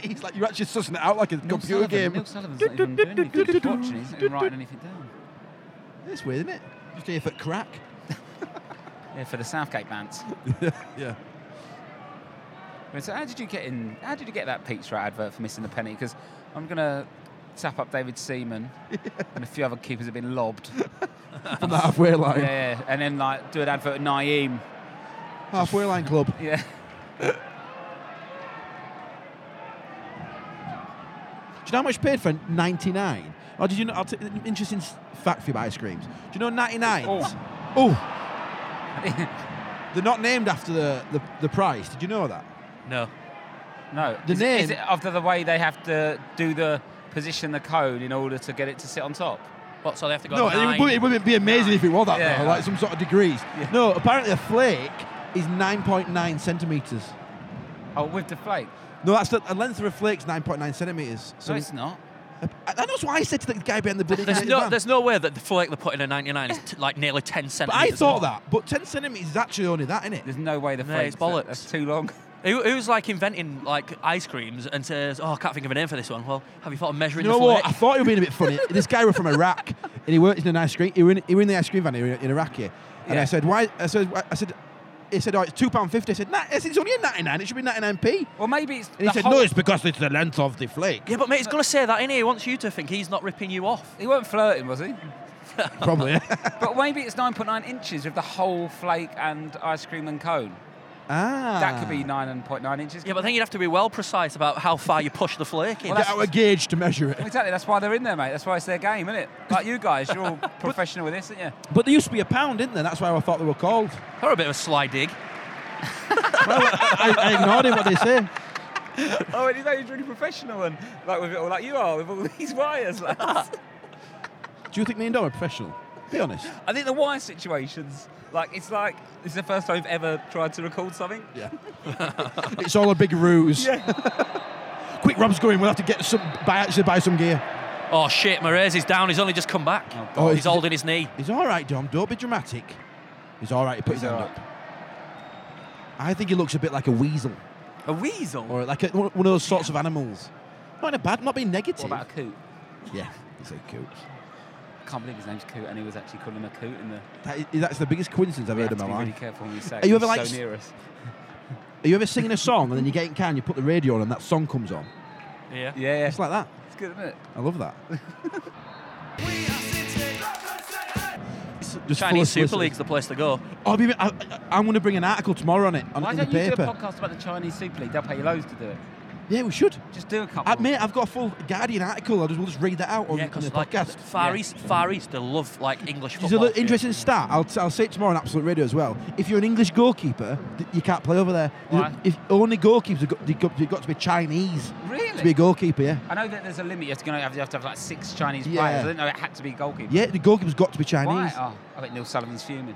S3: He's like, you're actually sussing it out like a
S4: Neil
S3: computer
S4: Sullivan-
S3: game.
S4: Neil Sullivan's not even doing anything. He's just watching. He's not even writing anything
S3: *laughs*
S4: down.
S3: It's weird, isn't it? Just here for crack.
S4: Yeah, for the Southgate bands.
S3: Yeah.
S4: So how did you get in? How did you get that pizza advert for missing the penny? Because I'm gonna tap up David Seaman and a few other keepers have been lobbed.
S3: From the halfway
S4: yeah,
S3: line.
S4: yeah, and then like do an advert at Naeem.
S3: Halfway line club.
S4: Yeah.
S3: Do you know how much you paid for 99? Or did you know? I'll t- an interesting s- fact for you about ice creams. Do you know 99? Oh. They're not named after the, the, the price. Did you know that?
S2: No.
S4: *laughs* No.
S3: The
S4: is, it- is
S3: name-
S4: it after the way they have to do the position the cone in order to get it to sit on top?
S2: What? So they have to go.
S3: No,
S2: nine.
S3: it would, it would be amazing if it was that,
S4: Yeah.
S3: though, like some sort of degrees.
S4: Yeah.
S3: No, apparently a flake is 9.9 centimetres.
S4: Oh, with the flake.
S3: No, that's the, a length of a flake's 9.9 centimetres. So
S4: No, it's not.
S3: I- that's what I said to the guy behind the bloody
S2: There's
S3: United
S2: no,
S3: van.
S2: there's no way that the flake they put in a 99 is t- like nearly 10
S3: But
S2: centimetres.
S3: I thought
S2: long.
S3: that, but 10 centimetres is actually only that, isn't it?
S4: There's no way the
S2: No,
S4: flake.
S2: it's bollocks.
S4: That's too long.
S2: Who, who's like inventing like ice creams and says, "Oh, I can't think of a name for this one." Well, have you thought of measuring
S3: You know
S2: the flake?
S3: what? I thought it would be a bit
S4: *laughs*
S3: funny. this guy was from Iraq, and he worked in an ice cream. He were in, he were in the ice cream van here in, in Iraq here. And
S4: Yeah.
S3: I said, why? I said, I said, he said, oh, it's two pound fifty. I said, nah, I said, it's only a ninety nine. It should be ninety nine p.
S4: Well, maybe it's.
S3: And he
S4: the
S3: said,
S4: whole-
S3: no, it's because it's the length of the flake. *laughs*
S2: yeah, but mate, he's gonna say that in here. He wants you to think he's not ripping you off.
S4: He weren't flirting, was he?
S3: Probably.
S4: But maybe it's 9.9 inches with the whole flake and ice cream and cone.
S3: ah.
S4: That could be 9.9 inches.
S2: Yeah, but I think you'd have to be well precise about how far you push the flake in.
S3: *laughs*
S4: Well,
S3: Get out a gauge to measure it.
S4: Exactly, that's why they're in there, mate. That's why it's their game, isn't it? Like you guys, you're *laughs* all professional with this, aren't you?
S3: But there used to be a pound, didn't there? That's why I thought they were called.
S2: Or a bit of a sly dig.
S3: I, I ignored it, what they say.
S4: Oh, and you know he's really professional and like with it all, like you are with all *laughs* these wires. Lads.
S3: Do you think me and Dom are professional? Be honest.
S4: I think the wire situations, like it's like it's the first time I've ever tried to record something.
S3: Yeah. it's all a big ruse. Quick, Rob's going. We'll have to get some, buy, actually buy some gear.
S2: Oh shit, Mares is down. He's only just come back. Oh,
S3: God.
S2: he's holding his knee.
S3: He's all right, Dom. Don't be dramatic. He's all right. He put his
S4: He's
S3: hand
S4: all right.
S3: up. I think he looks a bit like a weasel
S2: A weasel.
S3: or like a, one of those sorts of animals. Not in a bad, not being
S4: What
S3: negative.
S4: about a coot?
S3: yeah, he's a coot.
S4: I can't believe his name's Coot, and he was actually calling him a coot in the.
S3: That is, that's the biggest coincidence I've
S4: We
S3: heard
S4: have
S3: in
S4: to
S3: my
S4: be
S3: life.
S4: really careful when we say.
S3: Are you
S4: it,
S3: ever,
S4: he's
S3: like,
S4: so near us?
S3: Are you ever singing a song and then you get in car and you put the radio on and that song comes on?
S2: Yeah.
S4: Yeah, yeah.
S3: It's like that.
S4: It's good, isn't it?
S3: I love that. It's just full of Oh,
S2: Chinese Super
S3: solicitors.
S2: League's the place to go.
S3: I'll be, I, am going to bring an article tomorrow on it on,
S4: Why
S3: in the
S4: don't you do a
S3: paper.
S4: podcast about the Chinese Super League? They'll pay you loads to do it.
S3: yeah, we should.
S4: Just do a couple.
S3: I, mate, I've got a full Guardian article. I'll just, we'll just read that out on,
S2: yeah,
S3: on the
S2: because like
S3: podcast.
S2: Far
S4: Yeah.
S2: East, Far East, they love like English
S3: It's a
S2: football.
S3: little interesting stat. I'll, t- I'll say it tomorrow on Absolute Radio as well. If you're an English goalkeeper, th- you can't play over there. You-
S4: Why?
S3: If only goalkeepers, have got, they've got, they've got to be Chinese to be
S4: really?
S3: a goalkeeper. Yeah,
S4: I know that there's a limit. You have to, go, you have to have like six Chinese
S3: Yeah.
S4: players. I didn't know it had to be goalkeeper.
S3: yeah. The goalkeeper's got to be Chinese.
S4: Why? Oh, I bet Neil
S3: *laughs*
S4: Sullivan's fuming.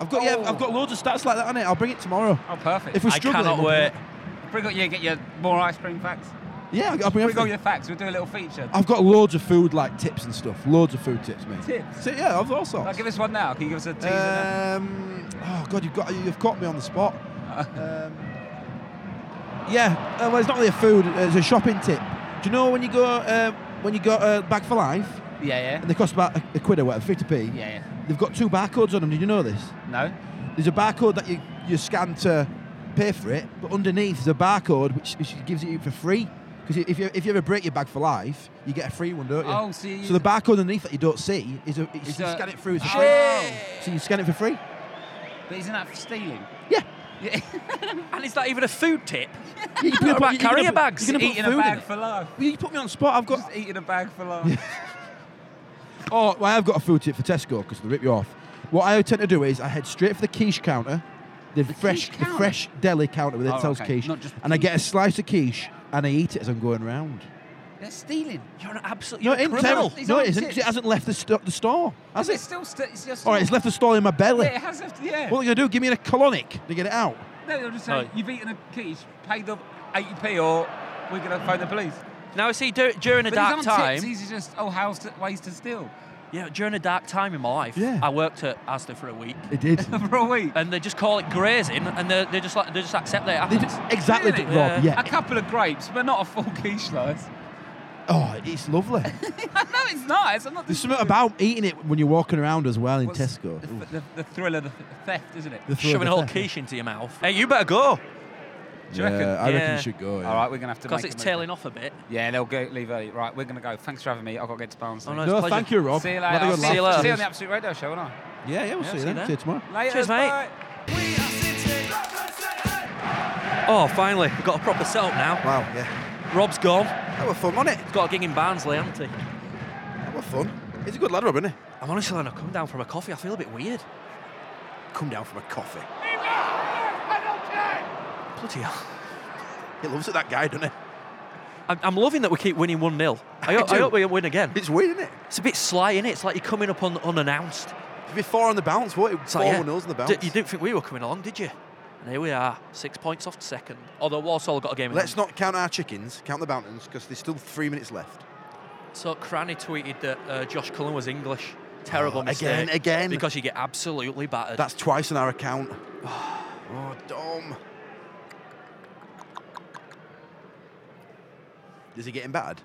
S3: I've got yeah, I've got loads of stats like that on it. I'll bring it tomorrow.
S4: oh, perfect.
S3: If we're
S2: I
S3: struggling,
S2: cannot
S3: we'll bring
S2: wait.
S4: we bring up you get your more ice cream facts.
S3: it. Yeah, I'll- I'll bring
S4: Bring all
S3: everything.
S4: your facts. We'll do a little feature.
S3: I've got loads of food like tips and stuff. Loads of food tips, mate.
S4: Tips?
S3: So, yeah, I've all
S4: Now,
S3: sorts.
S4: give us one now. Can you give us a teaser? now?
S3: Um, oh god, you've got you've caught me on the
S4: *laughs*
S3: spot. um, yeah, uh, well, it's not really uh, a food. It's a shopping tip. Do you know when you go uh, when you got uh, bag for life
S4: Yeah,
S3: and they cost about a, a quid or whatever, fifty p?
S4: yeah. Yeah,
S3: They've got two barcodes on them. Did you know this?
S4: yeah. No?
S3: There's a barcode that you, you scan to pay for it, but underneath the barcode which, which gives it you for free. Because if you if you ever break your bag for life, you get a free one, don't you?
S4: Oh, so you-
S3: the barcode underneath that you don't see is a, it's,
S4: Is
S3: you
S4: a-
S3: scan it through. It's a
S4: Oh.
S3: free. So you scan it for free.
S4: But isn't that for stealing?
S3: Yeah.
S4: Yeah.
S2: And is that even a food tip?
S3: Yeah, you
S2: What
S3: put,
S2: about
S3: you- you're gonna
S2: carrier
S3: put-
S2: bags?
S3: You're gonna put
S4: Eating a
S3: food in
S4: bag
S3: it.
S4: for life.
S3: Well, You put me on the spot. I've got.
S4: Just eating a bag for life.
S3: Oh, well, I have got a food tip for Tesco because they rip you off. What I tend to do is I head straight for the quiche counter, the, fresh,
S4: quiche
S3: the
S4: counter?
S3: fresh deli counter with it
S4: Oh,
S3: sells
S4: okay.
S3: quiche,
S4: Not just
S3: and I get a slice of quiche and I eat it as I'm going round.
S4: They're stealing.
S2: You're an absolute
S3: No,
S2: you're
S3: it
S2: a
S3: isn't.
S2: criminal.
S3: terrible.
S4: These
S3: No, it
S4: aren't
S3: isn't. 'cause It
S4: tips.
S3: hasn't left the, sto- the store, has
S4: Is it
S3: it?
S4: still st- it's just
S3: All right, it's left the store in my belly.
S4: Yeah, it has left. Yeah.
S3: What are they gonna do? Give me a colonic to get it out?
S4: no, they'll just say
S2: No.
S4: you've eaten a quiche, paid up 80p, or we're gonna phone the police.
S2: Now, you see, dur- during a
S4: But these
S2: dark
S4: aren't
S2: time,
S4: tips. These are just oh, how's to, ways to steal *laughs*
S2: yeah, during a dark time in my life,
S3: Yeah.
S2: I worked at Asda for a week,
S3: It *laughs* did.
S4: for a week.
S2: and they just call it grazing, and they they just like they just accept that it
S3: They
S2: happens.
S3: did- exactly,
S2: Really?
S3: Rob.
S2: Yeah.
S3: Yeah.
S4: A couple of grapes, but not a full *laughs* quiche slice.
S3: Oh, it's lovely.
S4: no, it's not. It's, I'm not
S3: There's something about eating it when you're walking around as well in
S4: What's
S3: Tesco.
S4: The,
S3: Ooh,
S4: th- the, the thrill of the th- theft, isn't it?
S3: the thrill of
S2: Shoving
S3: the
S2: a whole
S3: theft.
S2: quiche into your mouth. Hey, you better go,
S4: Do you reckon?
S3: Yeah, I reckon
S2: Yeah.
S3: you should go. yeah.
S4: All right, we're gonna have to.
S2: because
S4: make
S2: it's
S4: a move.
S2: tailing off a bit.
S4: Yeah, they'll go leave early. Right, we're gonna go. Thanks for having me. I've got to get to Barnsley.
S2: Oh, no, it's a
S3: No,
S2: pleasure.
S3: thank you, Rob.
S4: See you
S3: Glad
S4: later.
S3: I got
S4: See
S2: laugh.
S4: you,
S2: later.
S3: lots of
S4: see you
S3: cheers.
S4: on the Absolute Radio Show, won't I?
S3: Yeah, yeah, we'll see you
S2: see you
S3: then.
S2: then.
S3: See you tomorrow.
S4: Later,
S2: Cheers, mate.
S4: bye.
S2: Oh, finally, we've got a proper setup now.
S3: Wow, yeah.
S2: Rob's gone.
S3: That was fun, wasn't it?
S2: He's got a gig in Barnsley, hasn't he?
S3: That was fun. He's a good lad, Rob, isn't he?
S2: I'm honestly when I come down from a coffee, I feel a bit weird.
S3: Come down from a coffee.
S2: Bloody hell.
S3: He loves it, that guy, doesn't he?
S2: I'm, I'm loving that we keep winning
S7: *laughs*
S2: 1 0. I,
S3: I
S2: hope- I
S3: do.
S2: hope we win again.
S3: It's weird, isn't it?
S2: It's a bit sly, innit? It's like you're coming up un, unannounced.
S3: Before on the bounce, what?
S2: It's like, yeah,
S3: on the
S2: d- you didn't think we were coming along, did you? And here we are, six points off to second. Although Walsall got a game in
S7: Let's not count our chickens, count the mountains, because there's still three minutes left.
S2: hand. So Cranny tweeted that uh, Josh Cullen was English. Terrible
S7: Oh,
S2: mistake.
S7: again, again.
S2: Because you get absolutely battered.
S7: That's twice on our account. *sighs* Oh, Dom. Is he getting battered?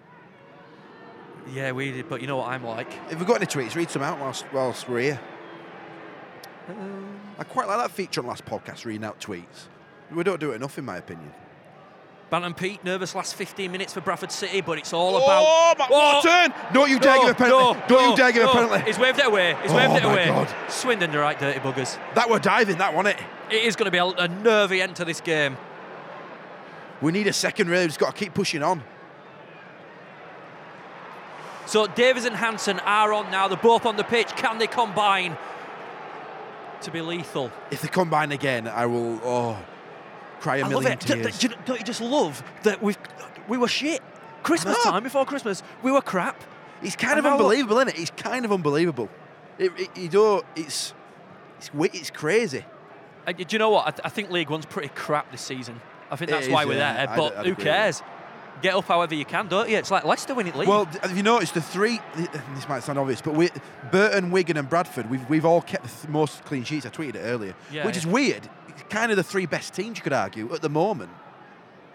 S2: yeah, we did, but you know what I'm like.
S7: If we've got any tweets, read some out whilst, whilst we're here.
S2: Um.
S7: I quite like that feature on last podcast, reading out tweets. We don't do it enough, in my opinion.
S2: Bantam Pete, nervous last 15 minutes for Bradford City, but it's all about.
S7: Matt
S2: Oh!
S7: Wharton! Don't you dare
S2: No,
S7: give a penalty!
S2: no,
S7: don't
S2: no,
S7: you dare give
S2: no.
S7: a penalty!
S2: He's waved it away. He's waved
S7: Oh,
S2: it
S7: my
S2: away.
S7: God.
S2: Swindon, the right dirty buggers.
S7: That were diving, that wasn't it?
S2: It is going to be a, a nervy end to this game.
S7: We need a second, really. We've just got to keep pushing on.
S2: So Davies and Hansen are on now. They're both on the pitch. Can they combine to be lethal?
S7: If they combine again, I will oh, cry a
S2: I love
S7: million
S2: it. D-
S7: tears.
S2: d- do you- don't you just love that we we were shit? Christmas
S7: I know.
S2: time before Christmas, we were crap.
S7: It's kind
S2: And
S7: of
S2: now look-
S7: unbelievable, isn't it? It's kind of unbelievable. It, it, you know, it's it's wi- it's crazy.
S2: And do you know what? I, th- I think League One's pretty crap this season. I think
S7: It
S2: that's
S7: is,
S2: why we're
S7: yeah.
S2: there.
S7: I'd-
S2: But
S7: I'd
S2: who
S7: agree with
S2: cares? Get up however you can, don't you? It's like Leicester win it league.
S7: Well, th- have you noticed the three? *laughs* This might sound obvious, but we, Burton, Wigan, and Bradford, we've we've all kept the th- most clean sheets. I tweeted it earlier,
S2: Yeah,
S7: which
S2: yeah.
S7: is weird. It's kind of the three best teams you could argue at the moment,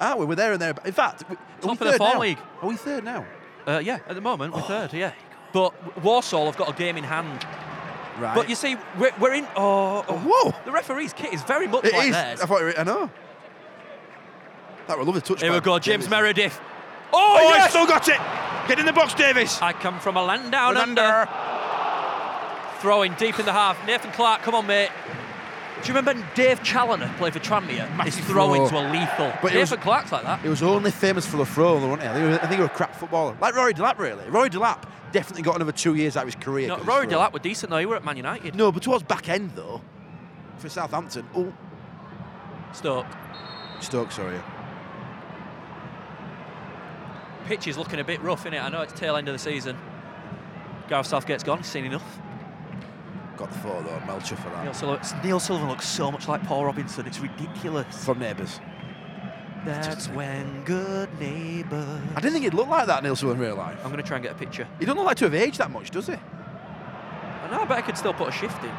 S7: aren't we? We're there and there. In fact, we,
S2: Top
S7: are we
S2: of the
S7: third
S2: Fall
S7: now?
S2: League.
S7: Are we third now?
S2: uh, yeah, at the moment
S7: Oh.
S2: we're third. Yeah, but Warsaw have got a game in hand.
S7: Right.
S2: But you see, we're, we're in. Oh, oh.
S7: whoa!
S2: The referee's kit is very much
S7: It
S2: like
S7: is.
S2: theirs.
S7: I thought. It, I know. That would love a touch.
S2: Here
S7: by
S2: we go, James
S7: Davies.
S2: Meredith.
S3: Oh,
S2: Oh,
S3: he's
S2: yes!
S3: still got it. Get in the box, Davis.
S2: I come from a land down under. Throwing deep in the half. Nathan Clark, come on, mate. Do you remember Dave Challoner played for Tranmere? His throw
S7: throw.
S2: into a lethal.
S7: But it was-
S2: Nathan Clark's like that.
S7: It was only famous for the throw, though, wasn't it? I think he was- I think he was a crap footballer. Like Rory Delap, really. Rory Delap definitely got another two years out of his career.
S2: No,
S7: 'cause of
S2: Rory
S7: his throw.
S2: Delap were decent though. He were at Man United.
S7: No, but towards back end, though, for Southampton. Oh,
S2: Stoke.
S7: Stoke, sorry.
S2: Pitch is looking a bit rough, innit? I know it's tail end of the season. Gareth Southgate's gone. He's seen enough.
S7: Got the four, though. Melcher for
S2: Neil
S7: that.
S2: Sullivan, Neil Sullivan looks so much like Paul Robinson. It's ridiculous.
S7: From neighbours.
S2: That's when good neighbour.
S7: I didn't think he'd look like that, Neil Sullivan, in real life.
S2: I'm going to try and get a picture.
S7: He doesn't look like to have aged that much, does he?
S2: I know, I bet I could still put a shift in.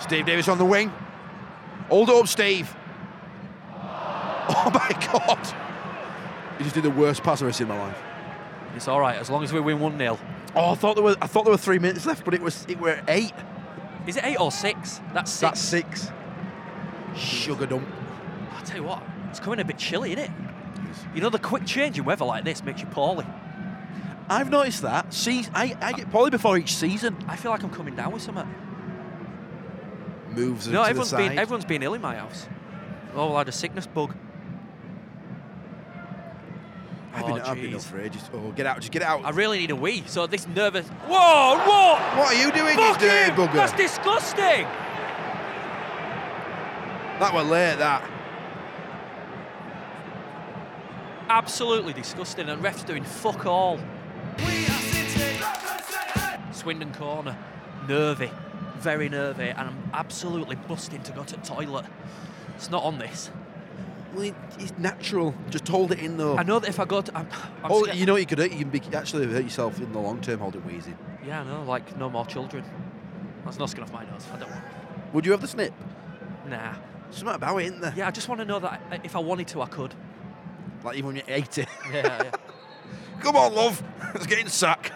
S7: Steve Davis on the wing. Hold it up,
S3: *laughs*
S7: Steve. Oh, my God. He just did the worst pass I've ever seen in my life.
S2: It's all right as long as we win 1 0.
S3: Oh, I thought there were I thought there were three minutes left, but it was it were eight.
S2: Is it 8 or 6? That's 6.
S3: That's six. Sugar dump.
S2: I tell you what, it's coming a bit chilly, isn't it? You know, the quick change in weather like this makes you poorly.
S3: I've noticed that. See, I, I get poorly before each season.
S2: I feel like I'm coming down with something.
S3: Moves
S2: No,
S3: them to the
S2: everyone's
S3: side.
S2: been, everyone's been ill in my house. Oh, well, I had a sickness bug.
S3: I've been,
S2: Oh,
S3: I've been up
S2: jeez.
S3: for ages. Oh, get out! Just get out!
S2: I really need a wee, so this nervous. Whoa, what?
S3: what are you doing, you
S2: Fuck
S3: dirty
S2: him!
S3: bugger?
S2: That's disgusting!
S3: that were late. That.
S2: Absolutely disgusting, and refs doing fuck all. Swindon corner, nervy, very nervy, and I'm absolutely busting to go to the toilet. It's not on this.
S3: Well, it- it's natural. Just hold it in though.
S2: I know that if I go to, I'm, I'm
S3: Hold-
S2: scared-
S3: you know what you could do. You can be, actually hurt yourself in the long term holding wheezing.
S2: Yeah, I know, like no more children. That's not skin off my nose. I don't want.
S3: Would you have the snip?
S2: Nah.
S3: Something about it, isn't there?
S2: Yeah, I just want to know that I- if I wanted to, I could.
S3: Like even when you're 80.
S2: *laughs* Yeah, yeah.
S3: *laughs* Come on, love. Let's get in the sack.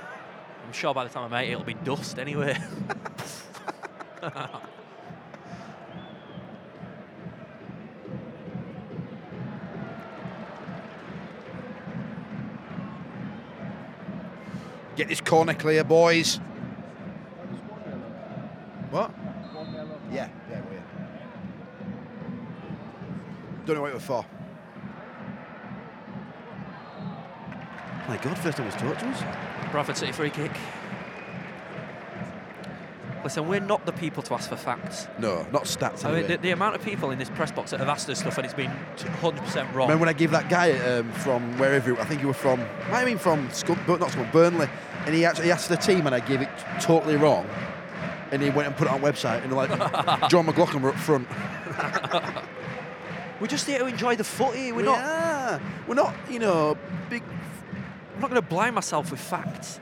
S2: I'm sure by the time I make it, it'll be dust anyway. *laughs*
S3: Get this corner clear, boys. What? Yeah, yeah, we're here. Don't know what it was for. My God, first time was taught to us.
S2: Bradford City free kick. Listen, we're not the people to ask for facts.
S3: No, not stats.
S2: I mean, the,
S3: Anyway.
S2: the amount of people in this press box that have asked us stuff and it's been 100% wrong.
S3: Remember when I gave that guy um, from wherever he- I think he was from, might have been from Scu- but not Scu- Burnley, and he actually he asked the team, and I gave it totally wrong, and he went and put it on website, and they're
S2: *laughs*
S3: like John McLaughlin were up front.
S2: we're just here to enjoy the footy. We're
S3: We
S2: not.
S3: are. We're not, you know, big.
S2: I'm not going to blind myself with facts.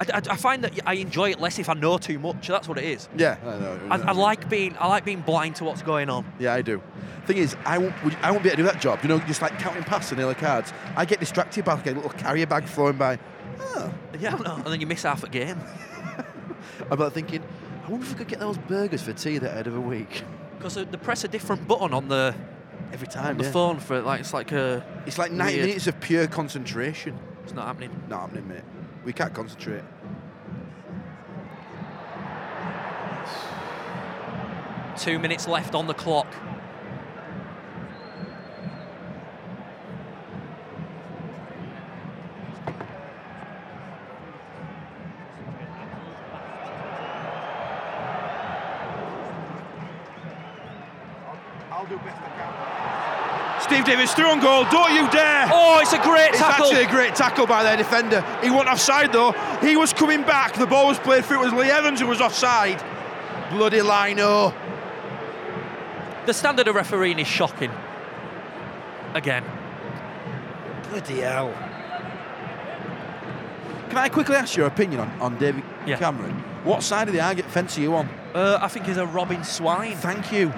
S2: I, I- I find that I enjoy it less if I know too much. That's what it is.
S3: Yeah, I know.
S2: I, I like being I like being blind to what's going on.
S3: Yeah, I do. Thing is, I won't, would- I won't be able to do that job. You know, just like counting passes and yellow cards. I get distracted by like, a little carrier bag flowing by. Oh.
S2: Yeah, no, and then you miss half a game.
S3: I'm like thinking, I wonder if I could get those burgers for tea that end of a week.
S2: Because they press a different button on the
S3: Every time.
S2: on the
S3: yeah.
S2: phone for it, like it's like a
S3: It's like 90
S2: Weird.
S3: minutes of pure concentration.
S2: it's not happening.
S3: No, I'm in a minute. We can't concentrate.
S2: Two minutes left on the clock.
S8: Steve Davis through on goal. Don't you dare!
S2: Oh, it's a great
S8: It's
S2: tackle.
S8: actually a great tackle by their defender. He wasn't offside though. He was coming back. The ball was played through. It was Lee Evans who was offside.
S3: Bloody lino.
S2: The standard of refereeing is shocking. Again,
S3: Bloody hell. Can I quickly ask your opinion on, on David
S2: Yeah.
S3: Cameron? What side of the argument fence are you on?
S2: uh, I think he's a robbing swine.
S3: Thank you.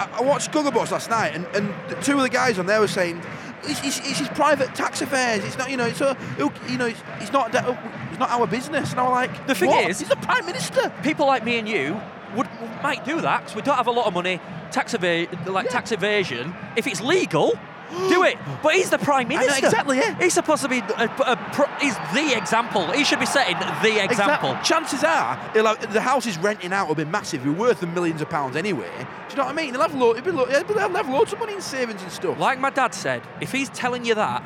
S3: I, I watched Guggerbots last night, and, and the two of the guys on there were saying, "It's, it's, it's his private tax affairs. It's not, you know, it's a, you know, it's, it's not, da- it's not our business." And I was like,
S2: The thing
S3: "What?
S2: is-
S3: he's the prime minister."
S2: People like me and you would might do that 'cause we don't have a lot of money. Tax eva- like tax evasion. If it's legal,
S3: *gasps*
S2: do it. But he's the prime
S3: know,
S2: minister.
S3: exactly, yeah.
S2: He's supposed to be. A, a pro- he's the example. He should be setting the example.
S3: Exact- Chances are, he'll have, the house he's renting out will be massive. It'll be worth the millions of pounds anyway. Do you know what I mean? They'll have, lo- it'll be lo- they'll have loads of money in savings and stuff.
S2: Like my dad said, if he's telling you that,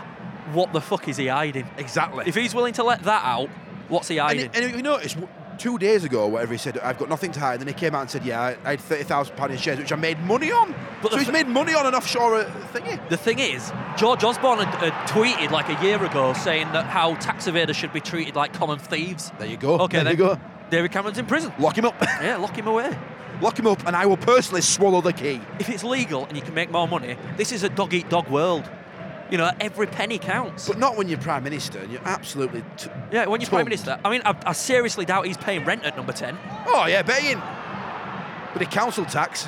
S2: what the fuck is he hiding?
S3: exactly.
S2: If he's willing to let that out, what's he
S3: and,
S2: hiding?
S3: it- and if you notice, w- two days ago, or whatever he said, I've got nothing to hide. And then he came out and said, "Yeah, I- I had thirty thousand pound in shares, which I made money on."
S2: But the
S3: so he's
S2: thi-
S3: made money on an offshore uh, thingy.
S2: The thing is, George Osborne had, had tweeted like a year ago saying that how tax evaders should be treated like common thieves.
S3: There you go.
S2: Okay,
S3: there
S2: then.
S3: you go.
S2: David Cameron's in prison.
S3: Lock him up. *laughs*
S2: Yeah, lock him away.
S3: Lock him up, and I will personally swallow the key.
S2: If it's legal and you can make more money, this is a dog eat dog world. You know, every penny counts.
S3: But not when you're prime minister and you're absolutely. T-
S2: yeah, when you're
S3: Tom.
S2: prime minister, I mean, I, I seriously doubt he's paying rent at number ten.
S3: oh yeah, betting. But the council *laughs* tax,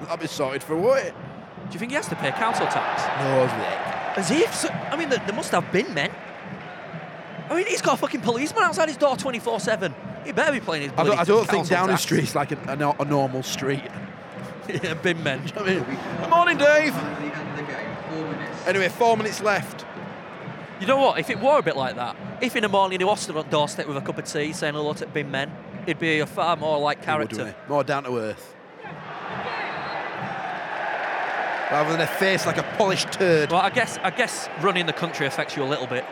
S3: that'll be sorted for what?
S2: Do you think he has to pay council tax?
S3: No,
S2: As if, so, I mean, there, there must have been men. I mean, he's got a fucking policeman outside his door 24 7. He better be playing his
S3: I don't,
S2: bloody
S3: I don't think
S2: council
S3: Downing
S2: tax.
S3: Street's like a, a, no- a normal street.
S2: *laughs*
S3: *laughs*
S2: yeah, bin men.
S3: I mean, good morning, Dave. Anyway, four minutes left.
S2: You know what? If it were a bit like that, if in the morning he was stood on doorstep with a cup of tea saying hello to bin men, it'd be a far more like character.
S3: More down to earth. Rather than a face like a polished turd.
S2: Well, I guess I guess running the country affects you a little bit.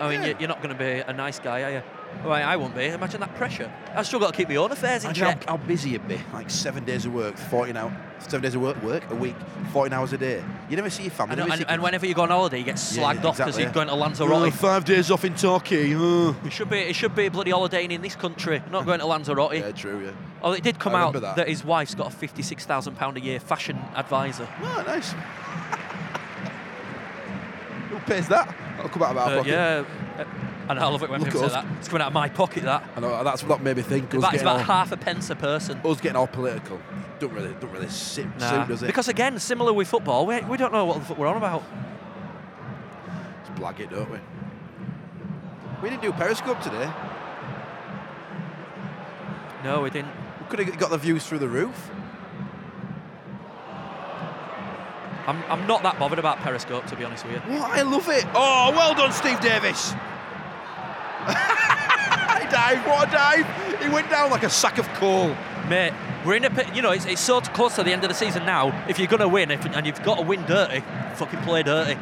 S2: I mean, you- you're not going to be a nice guy, are you? Well, I won't be. Imagine that pressure. I've still got to keep my own affairs in
S3: Imagine
S2: check.
S3: how, how busy you'd be. Like seven days of work, 14 hours. Seven days of work, work a week, 14 hours a day. You never see your family.
S2: And,
S3: never see
S2: and,
S3: your
S2: and
S3: kids.
S2: whenever you go on holiday, you get slagged
S3: Yeah,
S2: off because
S3: exactly,
S2: you're
S3: yeah.
S2: going to
S3: Oh,
S2: Lanzarote.
S3: *laughs* five days off in Turkey. oh.
S2: It should be it should be a bloody holiday in this country, not going to Lanzarote.
S3: Yeah, true, yeah.
S2: Oh, it did come
S3: I
S2: out
S3: remember
S2: that.
S3: that.
S2: his wife's got a fifty-six thousand pound a year fashion advisor.
S3: Oh, nice. *laughs* Who pays that? That'll come out of our
S2: Uh,
S3: pocket.
S2: yeah, uh, and I love it when
S3: Look
S2: people say
S3: at us.
S2: that. It's coming out of my pocket. That
S3: I know, that's what made me think. Us
S2: About- it's
S3: getting,
S2: about
S3: all,
S2: half a pence a person.
S3: us getting all political. Don't really, don't really sit,
S2: Nah.
S3: Oh, suit, does it?
S2: Because again, similar with football, we, we don't know what the fuck we're on about.
S3: Just blag it, don't we? We didn't do Periscope today.
S2: No, we didn't.
S3: We could have got the views through the roof.
S2: I'm, I'm not that bothered about Periscope, to be honest with you.
S3: What? I love it. Oh, well done, Steve Davis. *laughs* he dived. What a dive. He went down like a sack of coal.
S2: Mate, we're in a pit, you know, it's, it's so close to the end of the season now. If you're going to win if, and you've got to win dirty, fucking play dirty.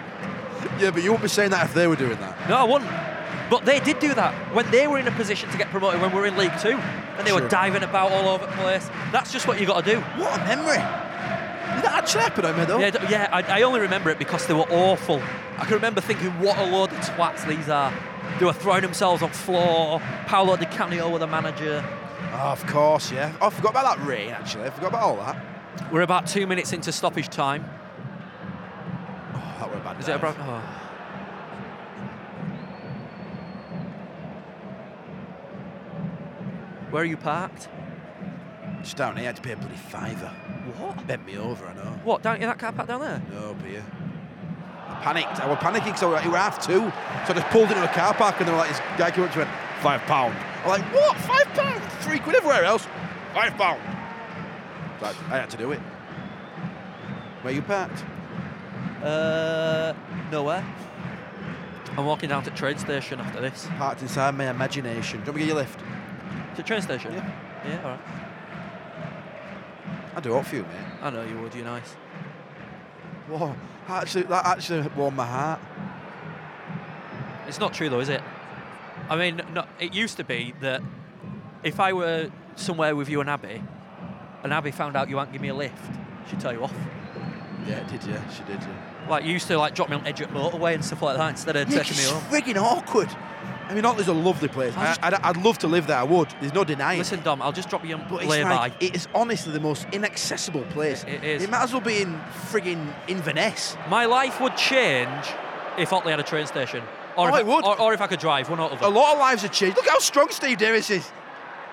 S3: Yeah, but you wouldn't be saying that if they were doing that.
S2: No, I wouldn't. But they did do that when they were in a position to get promoted when we were in League Two and they were
S3: Sure.
S2: diving about all over the place. That's just what you got to do.
S3: What a memory. Did that actually happen, I mean, though?
S2: Yeah, d- yeah I, I only remember it because they were awful. I can remember thinking, what a load of twats these are. They were throwing themselves on floor. Paolo Di Canio were the manager.
S3: Oh, of course, yeah. Oh, I forgot about that rain, actually. I forgot about all that.
S2: We're about two minutes into stoppage time.
S3: Oh, that were a bad
S2: Is it a
S3: dive.
S2: bro- oh. Where are you parked?
S3: Just down here, I had to pay a bloody fiver.
S2: What?
S3: Bent me over, I know.
S2: What, down in that car park down there?
S3: No Oh, beer. I panicked. I was panicking, so it were half two. So I just pulled into a car park, and they were like, this guy came up to me, and went, five pound. I'm like, what? Five pound? Three quid everywhere else. Five pound. So I, I had to do it. Where you parked?
S2: Uh, nowhere. I'm walking down to train station after this.
S3: Parked inside my imagination. Do you want me to get your lift?
S2: To train station?
S3: Yeah.
S2: Yeah, all right.
S3: I do it for you, mate.
S2: I know you would. You're nice.
S3: Whoa, that actually, that actually warmed my heart.
S2: It's not true though, is it? I mean, no, it used to be that if I were somewhere with you and Abby, and Abby found out you weren't giving me a lift, she'd tell you off.
S3: Yeah, it did, yeah. She did, yeah.
S2: Like you used to like drop me on edge at motorway and stuff like that instead
S3: *laughs*
S2: of
S3: Yeah,
S2: taking me
S3: it's
S2: home.
S3: frigging awkward. I mean, Otley's a lovely place.
S2: I
S3: I,
S2: just-
S3: I'd, I'd love to live there. I would. There's no denying.
S2: Listen, Dom, I'll just drop you on
S3: but it's
S2: lay by.
S3: like, it is honestly the most inaccessible place.
S2: It- it is.
S3: It might as well be in frigging Inverness.
S2: My life would change if Otley had a train station, or
S3: Oh,
S2: if I,
S3: it would.
S2: Or, or if I could drive one or
S3: A
S2: other.
S3: lot of lives have changed. Look how strong Steve Davis is.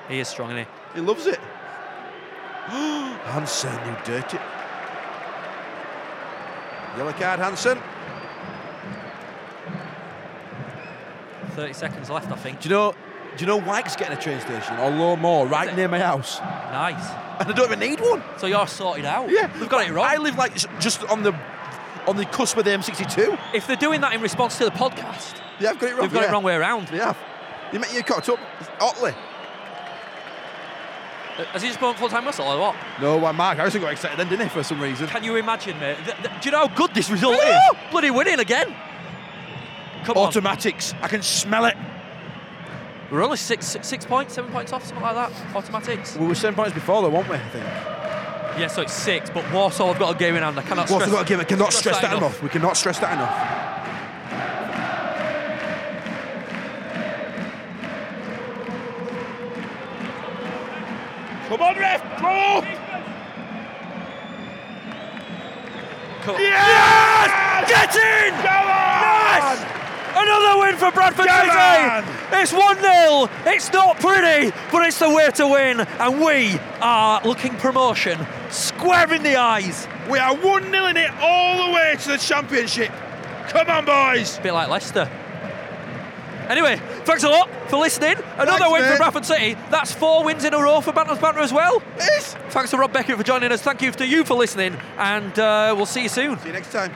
S2: He is strong, isn't he?
S3: He loves *gasps* it. Hansen, you dirty. Yellow card, Hansen.
S2: 30 seconds left, I think.
S3: Do you know? Do you know Wyke's getting a train station or Lowmore right
S2: it?
S3: near my house?
S2: Nice.
S3: And I don't even need one.
S2: So you're sorted out.
S3: Yeah,
S2: We've got it
S3: I
S2: right.
S3: live like s- just on the on the cusp of the M62.
S2: If they're doing that in response to the podcast,
S3: Yeah, I've got it wrong.
S2: they've got
S3: yeah.
S2: it wrong way around.
S3: They have. You met you caught up. Otley.
S2: Uh, Has he just blown full time whistle or what?
S3: No, why Mark Harrison got excited then, didn't he, for some reason?
S2: Can you imagine, mate? Th- th- do you know how good this result is?
S3: know!
S2: Bloody winning again. Come on.
S3: Automatics. I can smell it.
S2: We're only six, six, six points, seven points off, something like that. Automatics.
S3: We were seven points before, though, weren't we? I think.
S2: Yeah, so it's six, but Warsaw have got a game in hand. I cannot
S3: Well, I
S2: stress
S3: forgot again. We cannot
S2: stress
S3: stress that enough. We cannot stress that enough. Come on, ref! Go!
S2: Come on.
S3: Yes!
S2: Get in!
S3: Come on!
S2: Another win for Bradford
S3: Come
S2: City.
S3: on!
S2: It's 1 0. It's not pretty, but it's the way to win. And we are looking promotion
S6: square in the eyes.
S9: We are 1 0 it all the way to the championship. Come on, boys.
S2: bit like Leicester. Anyway, thanks a lot for listening. Another
S7: Thanks,
S2: win
S7: mate.
S2: for Bradford City. That's four wins in a row for Bantam's Banter as well.
S7: Yes.
S2: Thanks to Rob Beckett for joining us. Thank you to you for listening, and uh, we'll see you soon.
S7: See you next time.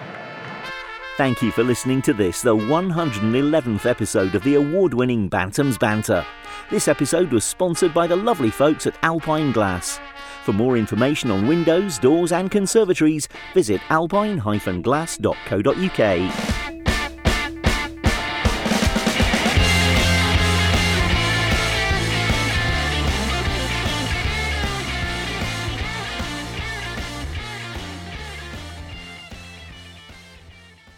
S1: Thank you for listening to this, the 111th episode of the award winning Bantams Banter. This episode was sponsored by the lovely folks at Alpine Glass. For more information on windows, doors, and conservatories, visit alpine-glass.co.uk.